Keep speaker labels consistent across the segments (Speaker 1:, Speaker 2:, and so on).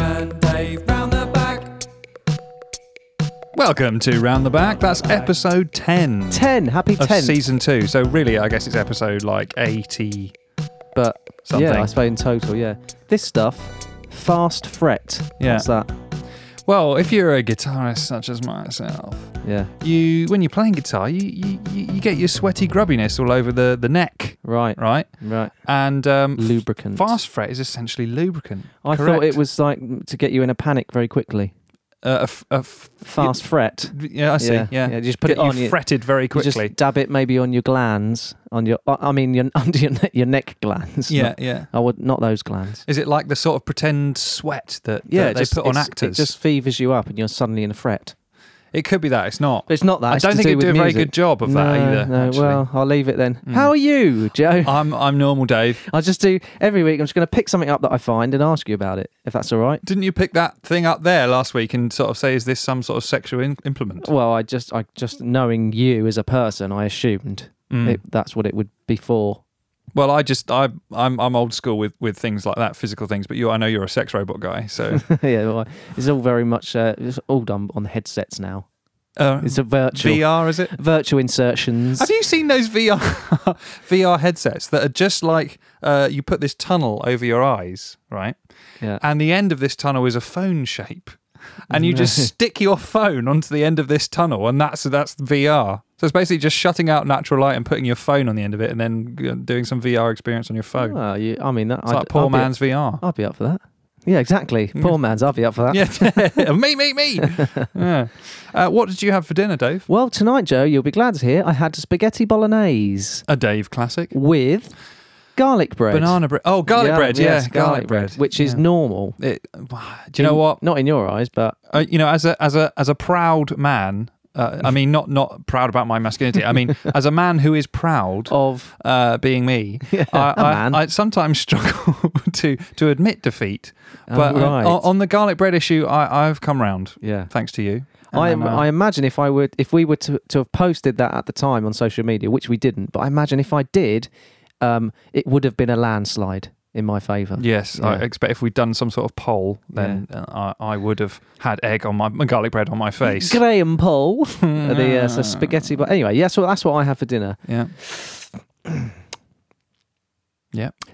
Speaker 1: way round the back.
Speaker 2: Welcome to Round the Back. That's episode 10
Speaker 3: 10. Happy
Speaker 2: of
Speaker 3: 10.
Speaker 2: season 2. So, really, I guess it's episode like 80
Speaker 3: But
Speaker 2: something.
Speaker 3: yeah, I suppose in total, yeah. This stuff, fast fret.
Speaker 2: Yeah.
Speaker 3: What's that?
Speaker 2: Well, if you're a guitarist such as myself,
Speaker 3: Yeah.
Speaker 2: you when you're playing guitar, you, you, you you get your sweaty grubbiness all over the, the neck,
Speaker 3: Right. Right.
Speaker 2: right? And um,
Speaker 3: Lubricant.
Speaker 2: fast fret is essentially lubricant.
Speaker 3: I thought
Speaker 2: correct.
Speaker 3: it was like to get you in a panic very quickly.
Speaker 2: Uh, a f- a f-
Speaker 3: Fast fret.
Speaker 2: yeah, I see. Yeah,
Speaker 3: Yeah, yeah, just put
Speaker 2: Get
Speaker 3: it on,
Speaker 2: You
Speaker 3: you-
Speaker 2: fretted very
Speaker 3: You
Speaker 2: quickly.
Speaker 3: just dab it maybe on your glands, on your, I mean, your, under your, ne- your neck glands.
Speaker 2: yeah,
Speaker 3: Not,
Speaker 2: yeah.
Speaker 3: I would, not those glands.
Speaker 2: Is it like the sort of pretend sweat that, that
Speaker 3: Yeah, it
Speaker 2: they
Speaker 3: just,
Speaker 2: put on
Speaker 3: it's-
Speaker 2: actors?
Speaker 3: It just fevers you up and you're suddenly in a fret.
Speaker 2: It could be that. It's not.
Speaker 3: But it's not that.
Speaker 2: I
Speaker 3: it's
Speaker 2: don't
Speaker 3: to
Speaker 2: think
Speaker 3: do
Speaker 2: it'd do a
Speaker 3: with
Speaker 2: very
Speaker 3: music.
Speaker 2: good job of
Speaker 3: no,
Speaker 2: that either.
Speaker 3: No,
Speaker 2: actually.
Speaker 3: well, I'll leave it then.
Speaker 2: Mm.
Speaker 3: How are you, Joe?
Speaker 2: I'm I'm normal, Dave.
Speaker 3: I just do every week. I'm just going to pick something up that I find and ask you about it, if that's all right.
Speaker 2: Didn't you pick that thing up there last week and sort of say, is this some sort of sexual in- implement?
Speaker 3: Well, I just, I just knowing you as a person, I assumed
Speaker 2: Mm.
Speaker 3: it, that's what it would be for.
Speaker 2: Well, I just I I'm I'm old school with with things like that, physical things. But you, I know you're a sex robot guy, so
Speaker 3: yeah, well, it's all very much, uh, it's all done on headsets now.
Speaker 2: uh,
Speaker 3: It's a virtual,
Speaker 2: VR is it?
Speaker 3: virtual insertions.
Speaker 2: Have you seen those VR VR headsets that are just like uh, you put this tunnel over your eyes, right?
Speaker 3: Yeah.
Speaker 2: And the end of this tunnel is a phone shape, and you just stick your phone onto the end of this tunnel, and that's that's VR. So it's basically just shutting out natural light and putting your phone on the end of it, and then you know, doing some VR experience on your phone.
Speaker 3: Well, you, I mean, that,
Speaker 2: it's
Speaker 3: Oh, I'd,
Speaker 2: like poor
Speaker 3: I'll
Speaker 2: man's VR.
Speaker 3: Be, I'd be up for that. Yeah, exactly. Poor man's. I'll be up for that.
Speaker 2: yeah, me, me, me. Yeah. Uh, what did you have for dinner, Dave?
Speaker 3: Well, tonight, Joe, you'll be glad to hear I had spaghetti bolognese
Speaker 2: A Dave classic.
Speaker 3: with garlic bread.
Speaker 2: Banana bread. Oh, garlic bread. yeah,
Speaker 3: yes,
Speaker 2: garlic, bread.
Speaker 3: Which is
Speaker 2: Yeah.
Speaker 3: normal.
Speaker 2: It, do you know
Speaker 3: In-
Speaker 2: what?
Speaker 3: Not in your eyes, but
Speaker 2: uh, you know, as a as a as a proud man, uh, I mean, not not proud about my masculinity. I mean, as a man who is proud
Speaker 3: of.
Speaker 2: uh, being me, I,
Speaker 3: a
Speaker 2: I,
Speaker 3: man.
Speaker 2: I sometimes struggle to to admit defeat.
Speaker 3: Oh,
Speaker 2: But uh,
Speaker 3: right.
Speaker 2: on, on the garlic bread issue, I, I've come round
Speaker 3: Yeah.
Speaker 2: thanks to you.
Speaker 3: I,
Speaker 2: And, uh,
Speaker 3: I imagine if I would, if we were to, to have posted that at the time on social media, which we didn't, but I imagine if I did, um, it would have been a landslide in my favour.
Speaker 2: Yes, I
Speaker 3: Yeah.
Speaker 2: expect if we'd done some sort of poll, then uh, I, I would have had egg on my garlic bread on my face.
Speaker 3: Graham Paul, the
Speaker 2: Hmm.
Speaker 3: uh, so spaghetti. But anyway, yeah, so that's what I have for dinner.
Speaker 2: Yeah.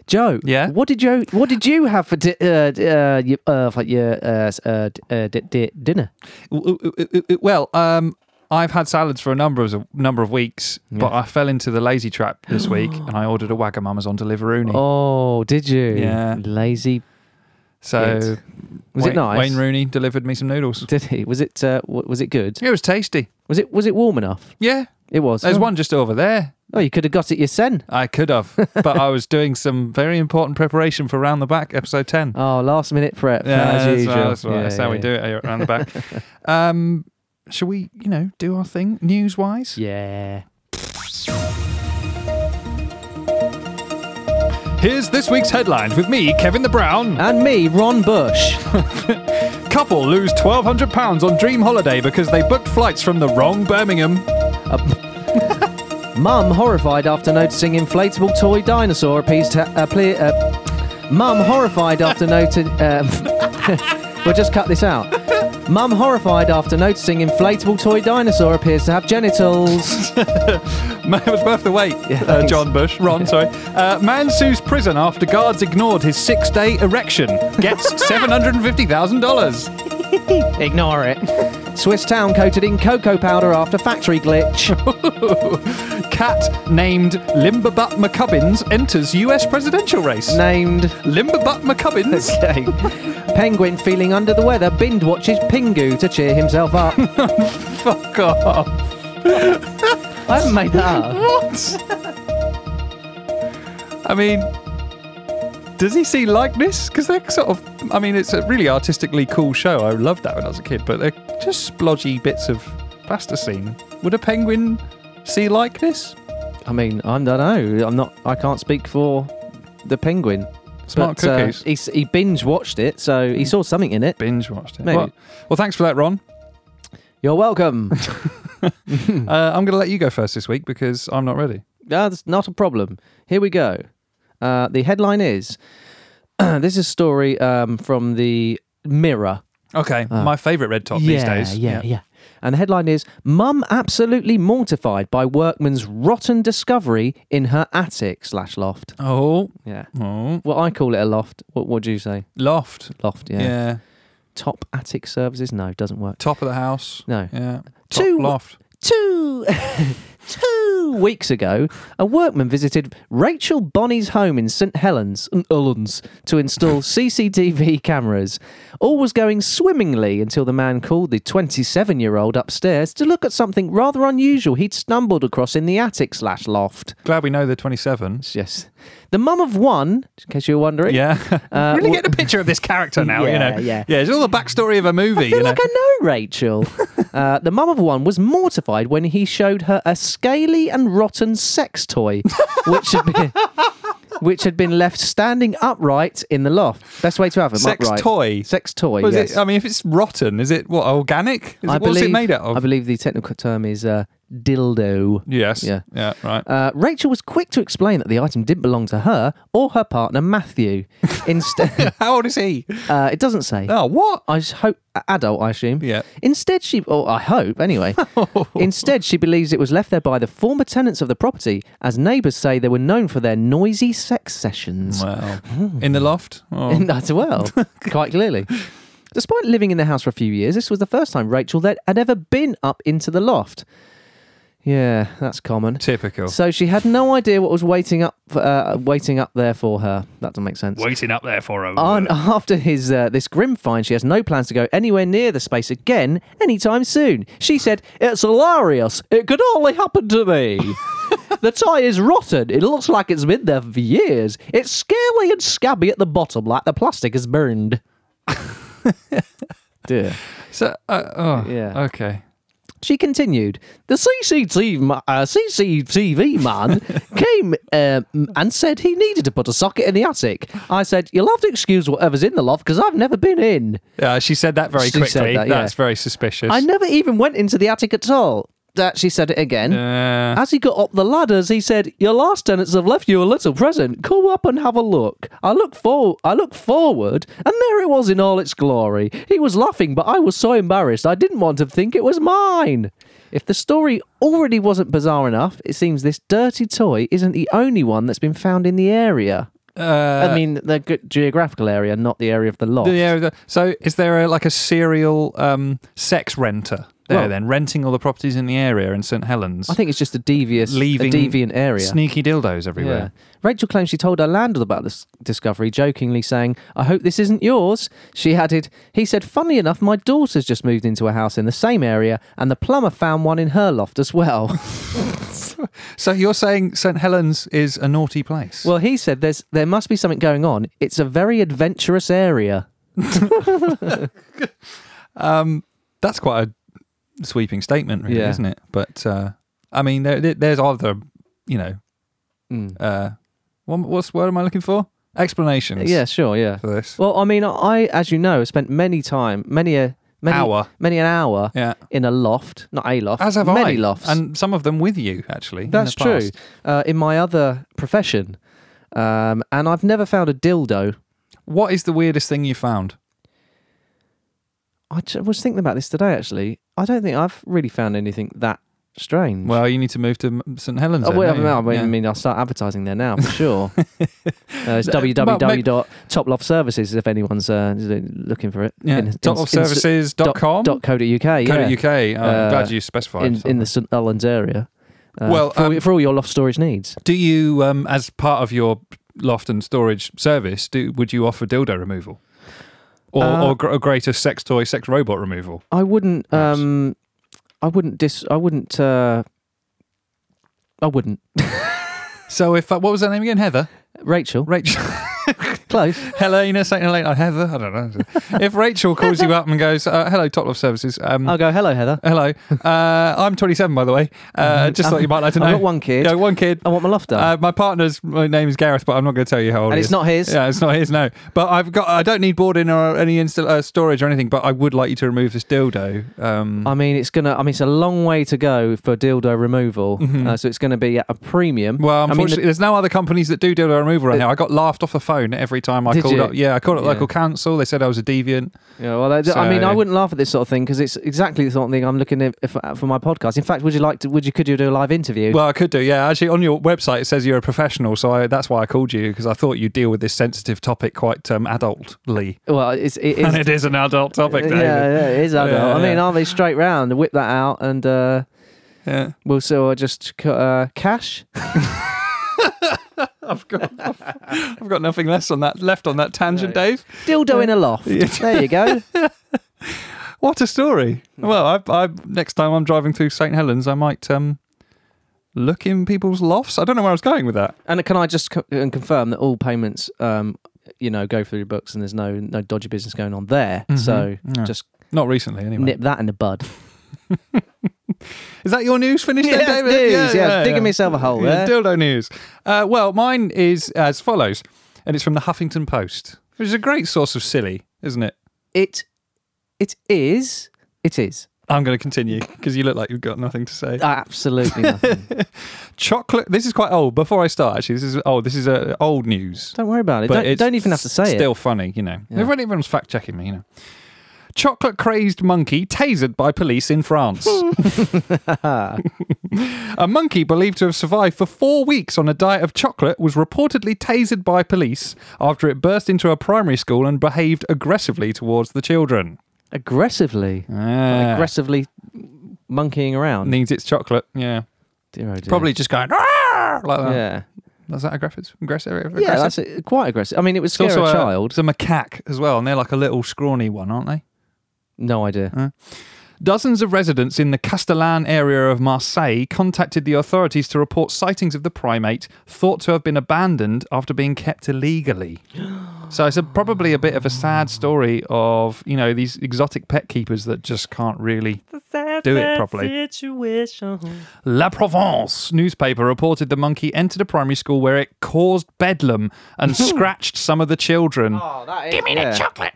Speaker 3: Joe,
Speaker 2: Yeah?
Speaker 3: what did you what did you have for di- uh, d- uh, your, uh, for your uh, s- uh, d- uh, d- d- dinner?
Speaker 2: W- w- w- Well, um, I've had salads for a number of number of weeks, but
Speaker 3: Yeah.
Speaker 2: I fell into the lazy trap this week and I ordered a Wagamama's on Deliveroo.
Speaker 3: Oh, did you?
Speaker 2: Yeah.
Speaker 3: Lazy.
Speaker 2: so
Speaker 3: it. Was
Speaker 2: Wayne,
Speaker 3: it nice?
Speaker 2: Wayne Rooney delivered me some noodles.
Speaker 3: Did he? Was it? Uh, w- was it good?
Speaker 2: It was tasty.
Speaker 3: Was it? Was it warm enough?
Speaker 2: Yeah,
Speaker 3: It was.
Speaker 2: there's
Speaker 3: oh.
Speaker 2: one just over there.
Speaker 3: Oh, you could have got it yourself.
Speaker 2: I could have, but I was doing some very important preparation for Round the Back episode ten.
Speaker 3: Oh, last minute prep as
Speaker 2: that's,
Speaker 3: usual.
Speaker 2: Right, that's, right.
Speaker 3: Yeah,
Speaker 2: that's how we
Speaker 3: yeah.
Speaker 2: do it here at Round the Back. um, shall we, you know, do our thing news wise?
Speaker 3: Yeah.
Speaker 2: Here's this week's headlines with me, Kevin the Brown.
Speaker 3: And me, Ron Bush.
Speaker 2: Couple lose £1,200 on dream holiday because they booked flights from the wrong Birmingham.
Speaker 3: Mum horrified after noticing inflatable toy dinosaur appears to uh, ple- uh, Mum horrified after noting. Um, we'll just cut this out. Mum horrified after noticing inflatable toy dinosaur appears to have genitals.
Speaker 2: it was worth the wait, uh,
Speaker 3: thanks.
Speaker 2: John Bush. Ron, sorry. Uh, man sues prison after guards ignored his six day erection. Gets $750,000.
Speaker 3: Ignore it. Swiss town coated in cocoa powder after factory glitch.
Speaker 2: Cat named Limberbutt McCubbins enters US presidential race.
Speaker 3: Named.
Speaker 2: Limberbutt McCubbins.
Speaker 3: Okay. Penguin feeling under the weather, Bind watches Pingu to cheer himself up.
Speaker 2: Fuck off.
Speaker 3: I haven't made that up.
Speaker 2: What? I mean, does he see likeness? Because they're sort of. I mean, it's a really artistically cool show. I loved that when I was a kid, but they're just splodgy bits of plasticine. Would a penguin see likeness?
Speaker 3: I mean, I don't know. I'm not. I can't speak for the penguin.
Speaker 2: Smart
Speaker 3: but, uh,
Speaker 2: cookies. Mm.
Speaker 3: he s- he binge watched it, so he saw something in it.
Speaker 2: Binge watched it.
Speaker 3: Maybe.
Speaker 2: Well, well, thanks for that, Ron.
Speaker 3: You're welcome. Hmm.
Speaker 2: Uh, I'm going to let you go first this week because I'm not ready.
Speaker 3: That's not a problem. Here we go. Uh, the headline is: This is a story um, from the Mirror.
Speaker 2: Okay, my favourite red top these
Speaker 3: yeah,
Speaker 2: days.
Speaker 3: yeah, yeah, And the headline is Mum absolutely mortified by workman's rotten discovery in her attic slash loft.
Speaker 2: Oh,
Speaker 3: Yeah.
Speaker 2: oh,
Speaker 3: Well, I call it a loft. What would you say?
Speaker 2: loft.
Speaker 3: Loft, yeah.
Speaker 2: Yeah.
Speaker 3: Top attic services? No, doesn't work.
Speaker 2: top of the house.
Speaker 3: No.
Speaker 2: Yeah, top
Speaker 3: Two-
Speaker 2: loft.
Speaker 3: Two two weeks ago, a workman visited Rachel Bonney's home in St Helens and Ullans to install CCTV cameras. All was going swimmingly until the man called the 27-year-old upstairs to look at something rather unusual he'd stumbled across in the attic slash loft.
Speaker 2: Glad we know the 27s.
Speaker 3: It's Yes, the mum of one, in case you were wondering.
Speaker 2: Yeah,
Speaker 3: Uh,
Speaker 2: really
Speaker 3: wh-
Speaker 2: getting a picture of this character now. you
Speaker 3: Yeah,
Speaker 2: know,
Speaker 3: yeah.
Speaker 2: yeah. It's all the backstory of a movie. you
Speaker 3: feel
Speaker 2: know,
Speaker 3: like I know Rachel. uh, the mum of one was mortified when he showed her a scaly and rotten sex toy, which had been which had been left standing upright in the loft. Best way to have them
Speaker 2: sex
Speaker 3: upright.
Speaker 2: toy.
Speaker 3: Sex toy.
Speaker 2: Was
Speaker 3: yes.
Speaker 2: it? I mean, if it's rotten, is it what organic? Is
Speaker 3: I
Speaker 2: it, what's
Speaker 3: believe-
Speaker 2: it made out of?
Speaker 3: I believe the technical term is uh, dildo.
Speaker 2: yes.
Speaker 3: Yeah.
Speaker 2: Yeah. Yeah. Right.
Speaker 3: Uh, Rachel was quick to explain that the item didn't belong to her or her partner Matthew. Instead,
Speaker 2: How old is he?
Speaker 3: uh, it doesn't say.
Speaker 2: Oh, what?
Speaker 3: I s- hope adult. I assume.
Speaker 2: Yeah.
Speaker 3: Instead, she, or I hope anyway, instead, she believes it was left there by the former tenants of the property, as neighbours say they were known for their noisy sex sessions.
Speaker 2: Wow. In the loft. Oh.
Speaker 3: That's well, quite clearly. Despite living in the house for a few years, this was the first time Rachel that had ever been up into the loft. Yeah, that's common.
Speaker 2: Typical.
Speaker 3: So she had no idea what was waiting up, uh, waiting up there for her. That doesn't make sense.
Speaker 2: Waiting up there for him.
Speaker 3: And after his uh, this grim find, she has no plans to go anywhere near the space again anytime soon. She said, "It's hilarious. It could only happen to me." The tie is rotten. It looks like it's been there for years. It's scaly and scabby at the bottom, like the plastic is burned. Dear.
Speaker 2: So, uh, oh,
Speaker 3: Yeah.
Speaker 2: Okay.
Speaker 3: She continued, "The CCTV, ma- uh, CCTV man came um, and said he needed to put a socket in the attic. I said, you'll have to excuse whatever's in the loft because I've never been in.
Speaker 2: Uh, she said that very
Speaker 3: She said
Speaker 2: quickly.
Speaker 3: that, yeah.
Speaker 2: That's very suspicious.
Speaker 3: I never even went into the attic at all." That she said it again.
Speaker 2: Yeah.
Speaker 3: As he got up the ladders, he said, "Your last tenants have left you a little present. Come up and have a look." I look for, I look forward, and there it was in all its glory. He was laughing, but I was so embarrassed I didn't want to think it was mine. If the story already wasn't bizarre enough, it seems this dirty toy isn't the only one that's been found in the area.
Speaker 2: Uh,
Speaker 3: I mean, the ge- geographical area, not the area of the loft.
Speaker 2: Yeah. the- So is there a, like a serial um, sex renter there
Speaker 3: Well-
Speaker 2: then, renting all the properties in the area in St Helens?
Speaker 3: I think it's just a devious,
Speaker 2: Leaving
Speaker 3: a deviant area.
Speaker 2: Sneaky dildos
Speaker 3: Yeah.
Speaker 2: everywhere.
Speaker 3: Rachel claims she told her landlord about this discovery, jokingly saying, I hope this isn't yours. She added, He said, Funnily enough, my daughter's just moved into a house in the same area, and the plumber found one in her loft as well.
Speaker 2: So you're saying St Helens is a naughty place?
Speaker 3: well, he said, There's, There must be something going on. It's a very adventurous area.
Speaker 2: that's quite a sweeping statement, really,
Speaker 3: Yeah.
Speaker 2: isn't it? But uh, I mean, there, there- there's other, you know,
Speaker 3: Mm.
Speaker 2: uh, what, what's what am I looking for? Explanations.
Speaker 3: Yeah, sure, yeah.
Speaker 2: For this
Speaker 3: Well, I mean, I, as you know, spent many time, many a many,
Speaker 2: hour.
Speaker 3: many an hour
Speaker 2: Yeah.
Speaker 3: in a loft, not a loft,
Speaker 2: As have
Speaker 3: many
Speaker 2: I.
Speaker 3: lofts.
Speaker 2: And some of them with you, actually. in the
Speaker 3: That's true.
Speaker 2: past.
Speaker 3: Uh, in my other profession, um, and I've never found a dildo.
Speaker 2: What is the weirdest thing you found?
Speaker 3: I j- was thinking about this today. Actually, I don't think I've really found anything that strange.
Speaker 2: Well, you need to move to M- St Helens.
Speaker 3: Oh,
Speaker 2: then,
Speaker 3: well, I
Speaker 2: don't
Speaker 3: mean, I mean,
Speaker 2: you?
Speaker 3: I mean, I'll start advertising there now for sure. uh, it's
Speaker 2: But- but-
Speaker 3: www.toploftservices if anyone's uh, looking for it.
Speaker 2: yeah.
Speaker 3: In-
Speaker 2: yeah.
Speaker 3: in-
Speaker 2: Topofservices.com.
Speaker 3: in- dot co.uk. Yeah.
Speaker 2: Code UK. Oh, I'm
Speaker 3: Uh,
Speaker 2: glad you specified.
Speaker 3: in, in
Speaker 2: something.
Speaker 3: the St. Helens area. Uh,
Speaker 2: Well,
Speaker 3: for,
Speaker 2: um,
Speaker 3: for all your loft storage needs.
Speaker 2: do you, um, as part of your loft and storage service, do would you offer dildo removal, or,
Speaker 3: Uh,
Speaker 2: or gr- a greater sex toy, sex robot removal?
Speaker 3: I wouldn't.
Speaker 2: Perhaps.
Speaker 3: Um, I wouldn't dis. I wouldn't. Uh, I wouldn't.
Speaker 2: So if uh, what was her name again? Heather,
Speaker 3: Rachel,
Speaker 2: Rachel,
Speaker 3: close.
Speaker 2: Helena, Saint Helena, Heather. I don't know. if Rachel calls you up and goes, uh, "Hello, Top Loft Services." Um,
Speaker 3: I'll go. Hello, Heather.
Speaker 2: hello, uh, I'm 27, by the way. Uh, just thought you might like to know.
Speaker 3: I've got Mm-hmm. one kid.
Speaker 2: Yeah, one kid.
Speaker 3: I want my loft done,
Speaker 2: Uh, my partner's my name is Gareth, but I'm not going to tell you how old.
Speaker 3: and
Speaker 2: he
Speaker 3: it's
Speaker 2: is.
Speaker 3: not his.
Speaker 2: Yeah, it's not his. No, but I've got. I don't need boarding or any insta- uh, storage or anything. But I would like you to remove this dildo. Um,
Speaker 3: I mean, it's gonna. I mean, it's a long way to go for dildo removal,
Speaker 2: Mm-hmm.
Speaker 3: uh, so it's gonna be at a premium.
Speaker 2: well,
Speaker 3: I mean,
Speaker 2: unfortunately,
Speaker 3: the-
Speaker 2: there's no other companies that do dildo removal right now. I got laughed off the phone every time I
Speaker 3: Did
Speaker 2: called
Speaker 3: you?
Speaker 2: up. Yeah, I called up
Speaker 3: Yeah.
Speaker 2: local council. They said I was a deviant.
Speaker 3: Yeah, well, I, I mean, I
Speaker 2: So-
Speaker 3: wouldn't laugh at this sort of thing because it's exactly the sort of thing I'm looking at if, uh, for my podcast. In fact, would you like to? Would you could you do a live interview?
Speaker 2: Well, I could do. Yeah, actually, on your website it says you're a professional, so I, that's why I called you because I thought you deal with this sensitive topic quite um, adultly,
Speaker 3: well it's it is. Uh,
Speaker 2: and it is an adult topic.
Speaker 3: yeah,
Speaker 2: David.
Speaker 3: yeah, it is. adult.
Speaker 2: Yeah,
Speaker 3: I mean,
Speaker 2: yeah.
Speaker 3: I'll be straight round, whip that out, and uh,
Speaker 2: yeah.
Speaker 3: we'll so I'll just cut uh, cash.
Speaker 2: I've got I've got nothing less on that left on that tangent,
Speaker 3: No.
Speaker 2: Dave.
Speaker 3: Dildo in a loft.
Speaker 2: Yeah.
Speaker 3: there you go.
Speaker 2: What a story! Well, I, I next time I'm driving through St Helens, I might um look in people's lofts. I don't know where I was going with that.
Speaker 3: And can I just co- and confirm that all payments, um, you know, go through your books, and there's no no dodgy business going on there.
Speaker 2: Mm-hmm.
Speaker 3: So
Speaker 2: Yeah.
Speaker 3: just
Speaker 2: Not recently, anyway.
Speaker 3: nip that in the bud.
Speaker 2: Is that your news finished, then,
Speaker 3: Yeah,
Speaker 2: David?
Speaker 3: news, yeah, digging myself a hole
Speaker 2: Yeah,
Speaker 3: there.
Speaker 2: Dildo news. Uh, well, mine is as follows, and it's from the Huffington Post, which is a great source of silly, isn't it?
Speaker 3: It it is it is
Speaker 2: I'm going to continue because you look like you've got nothing to
Speaker 3: Ah.
Speaker 2: say.
Speaker 3: absolutely nothing.
Speaker 2: Chocolate. This is quite old. Before I start, actually, this is oh, this is uh, old news.
Speaker 3: Don't worry about it.
Speaker 2: but
Speaker 3: Don't,
Speaker 2: it's
Speaker 3: don't even have to say
Speaker 2: still
Speaker 3: it.
Speaker 2: Still funny, you know. Everyone, everyone's fact checking me, you know. Chocolate crazed monkey tasered by police in France. a monkey believed to have survived for four weeks on a diet of chocolate was reportedly tasered by police after it burst into a primary school and behaved aggressively towards the children.
Speaker 3: Aggressively,
Speaker 2: Ah,
Speaker 3: aggressively monkeying around.
Speaker 2: needs its chocolate. Yeah,
Speaker 3: Dear, oh dear.
Speaker 2: probably just going "Arr!" like that.
Speaker 3: Yeah.
Speaker 2: Is that aggressive? Aggressive?
Speaker 3: Yeah,
Speaker 2: aggressive?
Speaker 3: that's it. quite aggressive. I mean, it would
Speaker 2: It's
Speaker 3: scare
Speaker 2: also
Speaker 3: a child.
Speaker 2: It's a macaque as well, and they're like a little scrawny one, aren't they?
Speaker 3: No idea.
Speaker 2: Dozens of residents in the Castellan area of Marseille contacted the authorities to report sightings of the primate thought to have been abandoned after being kept illegally. So it's a, probably a bit of a sad story of, you know, these exotic pet keepers that just can't really do it properly. La Provence newspaper reported the monkey entered a primary school where it caused bedlam and scratched some of the children.
Speaker 3: Oh, that is. Give me the
Speaker 2: chocolate.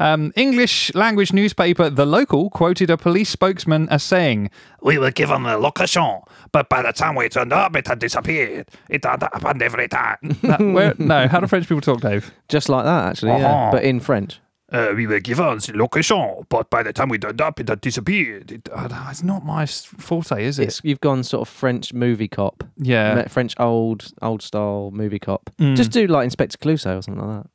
Speaker 2: Um, English language newspaper The Local quoted a police spokesman as saying, We were given the location, but by the time we turned up, it had disappeared. It had happened every time. That- where- no, how do French people talk, Dave?
Speaker 3: Just like that, actually. Yeah.
Speaker 2: Uh-huh.
Speaker 3: But in French.
Speaker 2: Uh, we were given the location, but by the time we turned up, it had disappeared. It, uh, it's not my s- forte, is it?
Speaker 3: It's you've gone sort of French movie cop,
Speaker 2: yeah. Hmm. Mm.
Speaker 3: Me- French old old style movie cop. Just do like Inspector Clouseau or something like that.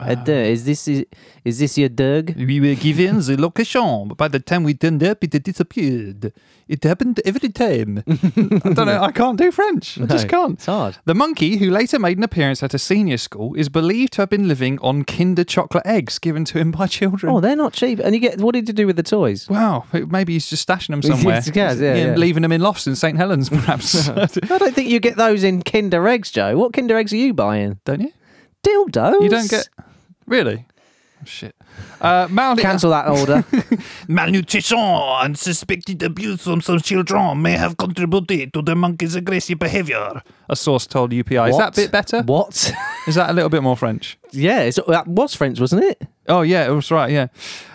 Speaker 3: Uh,
Speaker 2: Ah.
Speaker 3: duh, is this is, is this your Doug?
Speaker 2: We were given the location, but by the time we turned up, it had disappeared. It happened every time. I don't know. I can't do French. I just
Speaker 3: No,
Speaker 2: can't.
Speaker 3: It's hard.
Speaker 2: The monkey, who later made an appearance at a senior school, is believed to have been living on Kinder chocolate eggs given to him by children.
Speaker 3: Oh, they're not cheap. And you get what did you do with the toys?
Speaker 2: Wow, maybe he's just stashing them somewhere.
Speaker 3: Yeah, yeah, yeah.
Speaker 2: Leaving them in lofts in St. Helens, perhaps.
Speaker 3: I don't think you get those in Kinder eggs, Joe. What Kinder eggs are you buying?
Speaker 2: don't you?
Speaker 3: Dildos.
Speaker 2: You don't get. Really? Oh, shit. Uh, Mounted-
Speaker 3: cancel that order.
Speaker 1: Malnutrition and suspected abuse from some children may have contributed to the monkey's aggressive behavior.
Speaker 2: a source told UPI. Is
Speaker 3: What?
Speaker 2: that a bit better? Is
Speaker 3: what?
Speaker 2: that a little bit more French?
Speaker 3: yeah, it's, that was French, wasn't it?
Speaker 2: Oh yeah, it was right. Yeah,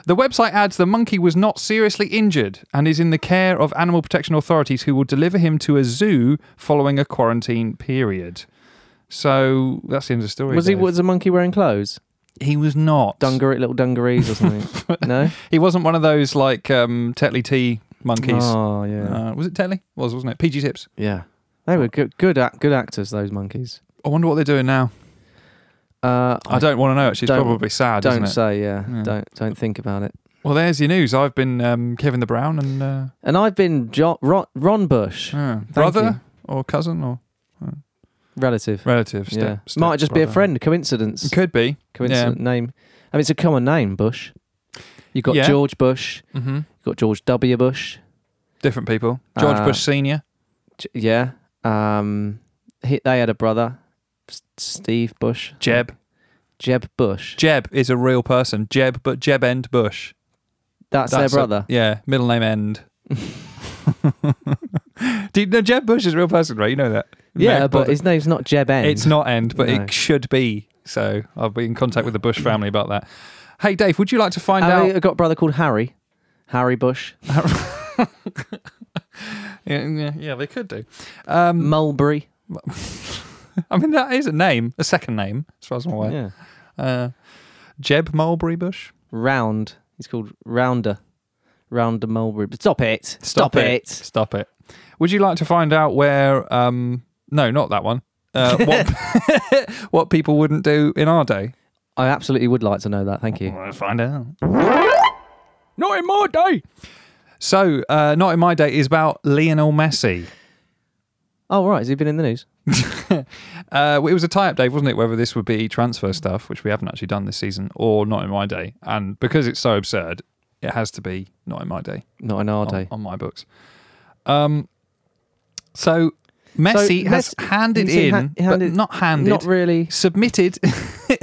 Speaker 2: the website adds the monkey was not seriously injured and is in the care of animal protection authorities, who will deliver him to a zoo following a quarantine period. So that's the end of the story.
Speaker 3: Was he
Speaker 2: Dave.
Speaker 3: was a monkey wearing clothes?
Speaker 2: He was not.
Speaker 3: Dungaree, little dungarees or something. no.
Speaker 2: He wasn't one of those like um, Tetley T monkeys.
Speaker 3: Oh yeah,
Speaker 2: Uh, was it Tetley? Was wasn't it? PG Tips.
Speaker 3: yeah. They were good, good, ac- good actors. Those monkeys.
Speaker 2: I wonder what they're doing now.
Speaker 3: Uh,
Speaker 2: I don't want to know. Actually, it's
Speaker 3: Don't-
Speaker 2: probably sad,
Speaker 3: don't
Speaker 2: isn't it?
Speaker 3: say. Yeah,
Speaker 2: Yeah.
Speaker 3: don't don't think about it.
Speaker 2: Well, there's your news. I've been um, Kevin the Brown and uh,
Speaker 3: And I've been jo- Ron, Ron Bush,
Speaker 2: uh, brother or cousin or
Speaker 3: relative.
Speaker 2: relative. Step,
Speaker 3: yeah,
Speaker 2: step
Speaker 3: might just be a
Speaker 2: brother.
Speaker 3: friend. Coincidence.
Speaker 2: Could be.
Speaker 3: Coincident name. I mean, it's a common name, Bush. You've got
Speaker 2: Yeah.
Speaker 3: George Bush.
Speaker 2: Mm-hmm.
Speaker 3: You've got George W. Bush.
Speaker 2: Different people. George
Speaker 3: Uh,
Speaker 2: Bush Senior.
Speaker 3: J- yeah. Um, he, they had a brother, S- Steve Bush.
Speaker 2: Jeb.
Speaker 3: Jeb Bush.
Speaker 2: Jeb is a real person. Jeb, but Jeb End Bush.
Speaker 3: That's,
Speaker 2: That's a-
Speaker 3: their brother.
Speaker 2: Yeah, middle name End. Do you know Jeb Bush is a real person, right? You know that.
Speaker 3: yeah,
Speaker 2: No,
Speaker 3: but, his name's not Jeb N.
Speaker 2: it's not End, but
Speaker 3: No.
Speaker 2: it should be. So I'll be in contact with the Bush family about that. Hey, Dave, would you like to find
Speaker 3: Harry,
Speaker 2: out?
Speaker 3: I've got a brother called Harry. Harry Bush.
Speaker 2: Yeah, yeah, yeah, they could do. Um,
Speaker 3: Mulberry.
Speaker 2: I mean, that is a name, a second name, as far as I'm aware.
Speaker 3: Yeah.
Speaker 2: Uh, Jeb Mulberry Bush.
Speaker 3: Round. He's called Rounder. Rounder Mulberry. Stop it. Stop, it.
Speaker 2: Stop it. Would you like to find out where? Um, no, not that one. Uh, what what people wouldn't do in our day?
Speaker 3: I absolutely would like to know that. Thank you.
Speaker 2: Let's find out.
Speaker 3: Not in my day.
Speaker 2: So, uh, not in my day is about Lionel Messi.
Speaker 3: Oh, right. Has he been in the news?
Speaker 2: Uh, it was a tie-up, Dave, wasn't it? Whether this would be transfer stuff, which we haven't actually done this season, or not in my day. And because it's so absurd, it has to be not in my day
Speaker 3: Not in our
Speaker 2: on-
Speaker 3: day.
Speaker 2: on, my books. Um, so Messi
Speaker 3: So
Speaker 2: has
Speaker 3: Messi-
Speaker 2: handed
Speaker 3: he's been
Speaker 2: in,
Speaker 3: ha- handed-
Speaker 2: but not handed,
Speaker 3: Not really.
Speaker 2: submitted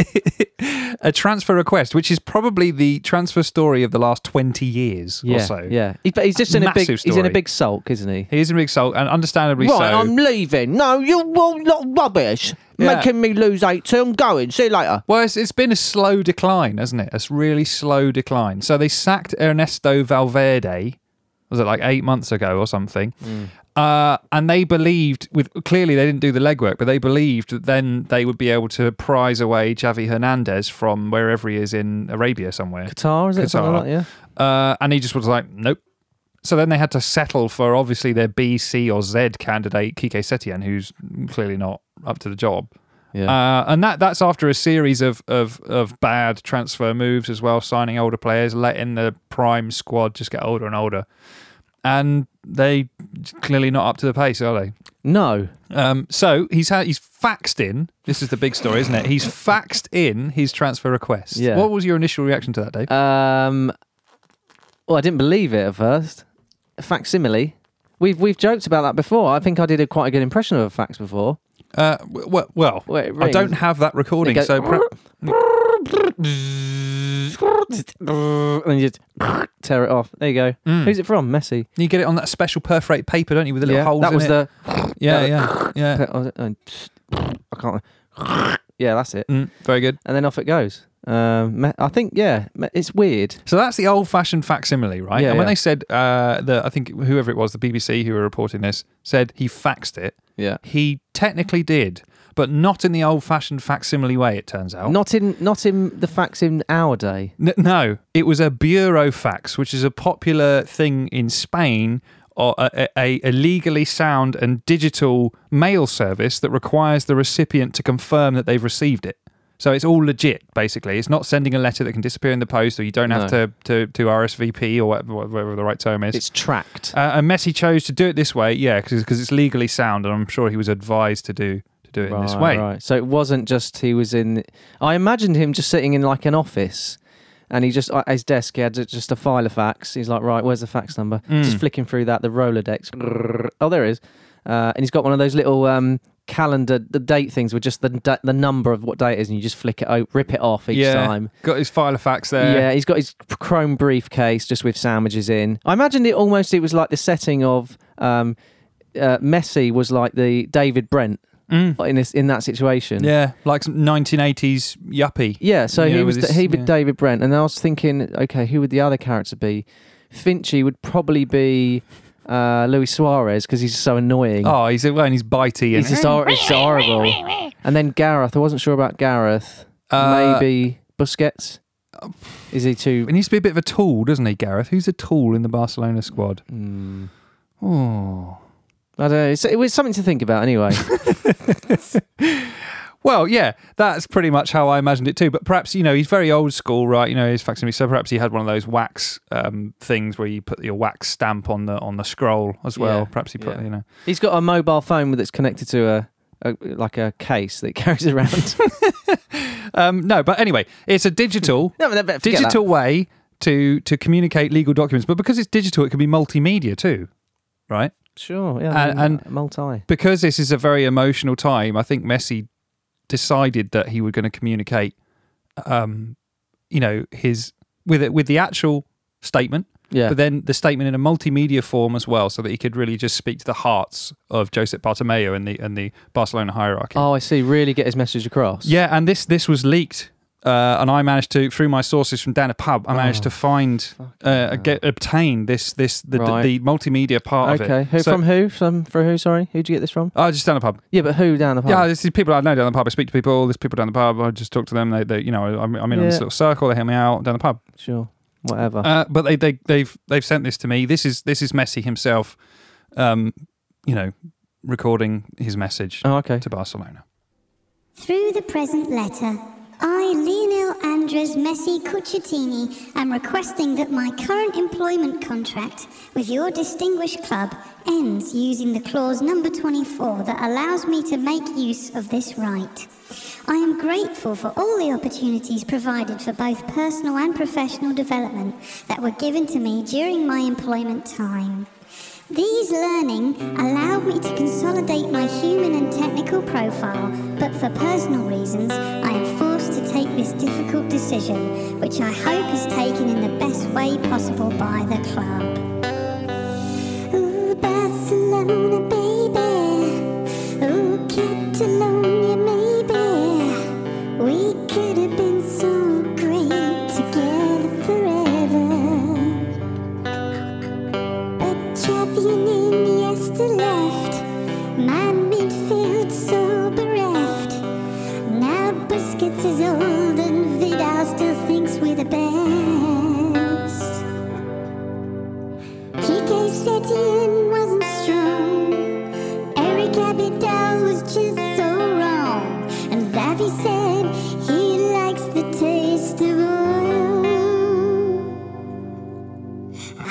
Speaker 2: a transfer request, which is probably the transfer story of the last twenty years
Speaker 3: Yeah.
Speaker 2: or so.
Speaker 3: Yeah. He- but he's just in a big.
Speaker 2: Massive
Speaker 3: He's in a
Speaker 2: story.
Speaker 3: big sulk, isn't he?
Speaker 2: He is in a big salt, and understandably so.
Speaker 3: leaving. No, you all lot rubbish.
Speaker 2: Yeah. Making
Speaker 3: me lose eight two. I'm going. See you later.
Speaker 2: Well, it's, it's been a slow decline, hasn't it? A s- really slow decline. So they sacked Ernesto Valverde, was it like eight months ago or something? Uh, and they believed, with clearly they didn't do the legwork, but they believed that then they would be able to prize away Javi Hernandez from wherever he is in Arabia somewhere.
Speaker 3: Qatar is it? Something
Speaker 2: Qatar.
Speaker 3: like that, yeah.
Speaker 2: Uh, and he just was like, nope. So then they had to settle for obviously their B, C, or Z candidate, Kike Setien, who's clearly not up to the job.
Speaker 3: Yeah.
Speaker 2: Uh, and that that's after a series of, of of bad transfer moves as well, signing older players, letting the prime squad just get older and older, and they clearly not up to the pace, are they?
Speaker 3: no.
Speaker 2: Um, so he's had, he's faxed in. This is the big story, isn't it? He's faxed in his transfer request.
Speaker 3: Yeah.
Speaker 2: What was your initial reaction to that, Dave?
Speaker 3: Um. Well, I didn't believe it at first. A facsimile. We've we've joked about that before. I think I did a quite a good impression of a fax before.
Speaker 2: Uh, w- w- well,
Speaker 3: Wait, it
Speaker 2: I don't
Speaker 3: rings.
Speaker 2: have that recording,
Speaker 3: It goes-
Speaker 2: so per-
Speaker 3: and then you just tear it off. There you go.
Speaker 2: Mm.
Speaker 3: Who's it from? Messi.
Speaker 2: you get it on that special perforated paper, don't you, with the little
Speaker 3: yeah,
Speaker 2: holes
Speaker 3: that
Speaker 2: in
Speaker 3: was
Speaker 2: it?
Speaker 3: Hmm. the.
Speaker 2: yeah,
Speaker 3: that-
Speaker 2: yeah, yeah.
Speaker 3: Oh, I can't. Yeah, that's it.
Speaker 2: Mm, very good.
Speaker 3: and then off it goes. Um, me- I think, yeah, me- it's weird.
Speaker 2: So that's the old-fashioned facsimile, right?
Speaker 3: Yeah,
Speaker 2: and when
Speaker 3: yeah.
Speaker 2: they said uh, that, I think whoever it was, the BBC who were reporting this, said he faxed it.
Speaker 3: Yeah,
Speaker 2: He technically did, but not in the old-fashioned facsimile way. It turns out.
Speaker 3: not in not in the facts in our day.
Speaker 2: N- no, it was a bureau fax, which is a popular thing in Spain, or a, a, a legally sound and digital mail service that requires the recipient to confirm that they've received it. So it's all legit, basically. It's not sending a letter that can disappear in the post, or you don't have
Speaker 3: No.
Speaker 2: to, to to RSVP or whatever, whatever the right term is.
Speaker 3: It's tracked.
Speaker 2: Uh, and Messi chose to do it this way, yeah, because it's legally sound, and I'm sure he was advised to do to do it in this way.
Speaker 3: right. So it wasn't just he was in. I imagined him just sitting in like an office, and he just at his desk he had just a file of fax. He's like, right, where's the fax number?
Speaker 2: Mm.
Speaker 3: Just flicking through that the Rolodex. Grrr. Oh, there it is. Uh, and he's got one of those little um, calendar, the date things with just the da- the number of what day it is, and you just flick it, o- rip it off each
Speaker 2: yeah,
Speaker 3: time.
Speaker 2: got his file of facts there.
Speaker 3: Yeah, he's got his chrome briefcase just with sandwiches in. I imagined it almost. It was like the setting of um, uh, Messi was like the David Brent
Speaker 2: Mm.
Speaker 3: in this in that situation.
Speaker 2: Yeah, like some 1980s yuppie.
Speaker 3: Yeah, so
Speaker 2: Yeah,
Speaker 3: he
Speaker 2: with
Speaker 3: was
Speaker 2: his-
Speaker 3: he was
Speaker 2: yeah.
Speaker 3: David Brent, and I was thinking, okay, who would the other character be? Finchy would probably be uh, Luis Suarez because he's just so annoying.
Speaker 2: Oh, he's well, and he's bitey. And,
Speaker 3: He's just hor- it's horrible. And then Gareth, I wasn't sure about Gareth.
Speaker 2: Uh,
Speaker 3: Maybe Busquets. Is he too?
Speaker 2: he needs to be a bit of a tool, doesn't he, Gareth? Who's a tool in the Barcelona squad?
Speaker 3: Hmm.
Speaker 2: Oh.
Speaker 3: I don't know. It's, it was something to think about anyway.
Speaker 2: Well, yeah, that's pretty much how I imagined it too. But perhaps you know he's very old school, right? You know his facsimile. So perhaps he had one of those wax um, things where you put your wax stamp on the on the scroll as well.
Speaker 3: Yeah,
Speaker 2: Perhaps he put
Speaker 3: yeah.
Speaker 2: you know.
Speaker 3: He's got a mobile phone that's connected to a, a like a case that he carries around.
Speaker 2: Um, no, but anyway, it's a digital
Speaker 3: no, but that- forget that.
Speaker 2: digital way to to communicate legal documents. But because it's digital, it can be multimedia too, right?
Speaker 3: Sure. Yeah.
Speaker 2: And-
Speaker 3: And, multi.
Speaker 2: Because this is a very emotional time, I think Messi decided that he was going to communicate, um, you know, his with it with the actual statement,
Speaker 3: Yeah.
Speaker 2: but then the statement in a multimedia form as well, so that he could really just speak to the hearts of Josep Bartomeu and the and the Barcelona hierarchy.
Speaker 3: oh, I see. Really get his message across.
Speaker 2: Yeah, and this this was leaked Uh, and I managed to, through my sources from down a pub, I
Speaker 3: Oh,
Speaker 2: managed to find, uh, get obtain this this the,
Speaker 3: Right.
Speaker 2: the, multimedia part of it.
Speaker 3: Okay. Who
Speaker 2: So-
Speaker 3: from who? From for who? Sorry, who'd you get this from?
Speaker 2: Oh, just down a pub.
Speaker 3: Yeah, but who down the pub?
Speaker 2: Yeah, this is people I know down the pub. I speak to people. There's people down the pub. I just talk to them. They, they you know, I'm, I'm in on this
Speaker 3: Yeah. Oh.
Speaker 2: little circle. They help me out down the pub.
Speaker 3: sure. Whatever.
Speaker 2: Uh, but they, they, they've, they've sent this to me. This is, this is Messi himself, um, you know, recording his message
Speaker 3: oh, okay.
Speaker 2: to Barcelona.
Speaker 4: Through the present letter, I, Lionel Andres Messi Cucciatini, am requesting that my current employment contract with your distinguished club ends using the clause number 24 that allows me to make use of this right. I am grateful for all the opportunities provided for both personal and professional development that were given to me during my employment time. These learning allowed me to consolidate my human and technical profile, but for personal reasons, I am forced to take this difficult decision, which I hope is taken in the best way possible by the club. Ooh, Barcelona, baby. Ooh, Catalonia, maybe. We could have been so great together forever. But champion Iniesta left. My midfield so bereft. Now Busquets is old and Vidal still thinks we're the best. Kike Setien wasn't strong. Eric Abidal was just so wrong. And Xavi said he likes the taste of oil.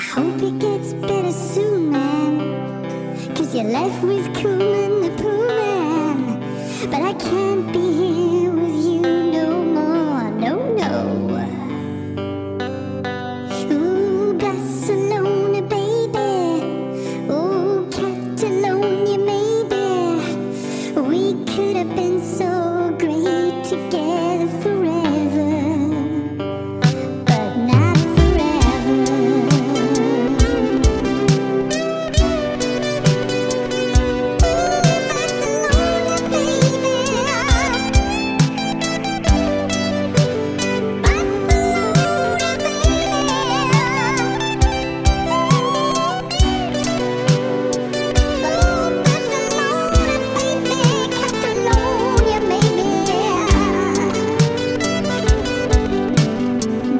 Speaker 4: I hope it gets better soon, man. Cause you're left with Koeman the Pooh Man. But I can't be here with you no more, no, no. Ooh, Barcelona, baby. Ooh, Catalonia, maybe. We could have been so great together forever but not forever.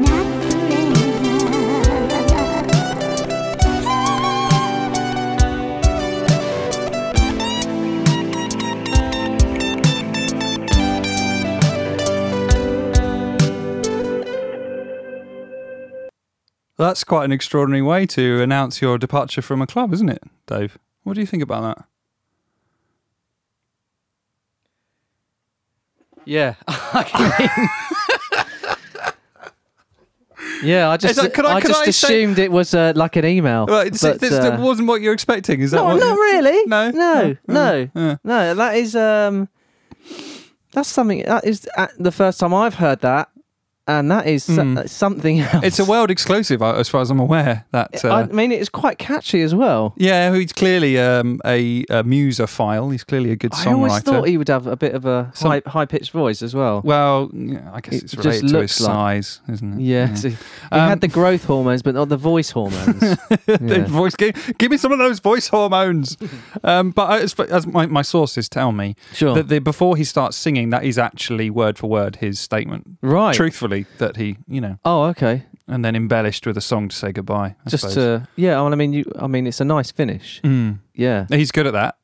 Speaker 4: Not forever.
Speaker 2: That's quite an extraordinary way to announce your departure from a club, isn't it, Dave? What do you think about that?
Speaker 3: Yeah. I mean- yeah, I just,
Speaker 2: Is that- could I-
Speaker 3: I,
Speaker 2: could
Speaker 3: just
Speaker 2: I say-
Speaker 3: assumed it was uh, like an email.
Speaker 2: Well, it's,
Speaker 3: but,
Speaker 2: this
Speaker 3: uh,
Speaker 2: wasn't what you're expecting, is that?
Speaker 3: no,
Speaker 2: what
Speaker 3: not
Speaker 2: you-
Speaker 3: really.
Speaker 2: No? Mm.
Speaker 3: no, no,
Speaker 2: yeah.
Speaker 3: no. That is um, that's something. That is uh, the first time I've heard that, and that is so- something else.
Speaker 2: Mm. It's a world exclusive, uh, as far as I'm aware. That uh,
Speaker 3: I mean, it's quite catchy as well.
Speaker 2: yeah, he's clearly um, a, a musophile. He's clearly a good songwriter.
Speaker 3: I always thought he would have a bit of a
Speaker 2: Some-
Speaker 3: high high pitched voice as well.
Speaker 2: Well, yeah, I guess
Speaker 3: It
Speaker 2: it's
Speaker 3: just
Speaker 2: related to his
Speaker 3: looks like-
Speaker 2: size, isn't it?
Speaker 3: yeah, so he had the growth hormones, but not the voice hormones.
Speaker 2: Um, The
Speaker 3: Yeah.
Speaker 2: voice, give, give me some of those voice hormones. um, but as, as my, my sources tell me,
Speaker 3: Sure.
Speaker 2: that the, before he starts singing, that is actually word for word his statement.
Speaker 3: Right.
Speaker 2: Truthfully, that he, you know,
Speaker 3: Oh, okay.
Speaker 2: and then embellished with a song to say goodbye. I
Speaker 3: Just uh,
Speaker 2: suppose.
Speaker 3: to yeah. Well, I mean, you. I mean, it's a nice finish.
Speaker 2: Mm.
Speaker 3: Yeah,
Speaker 2: He's good at that.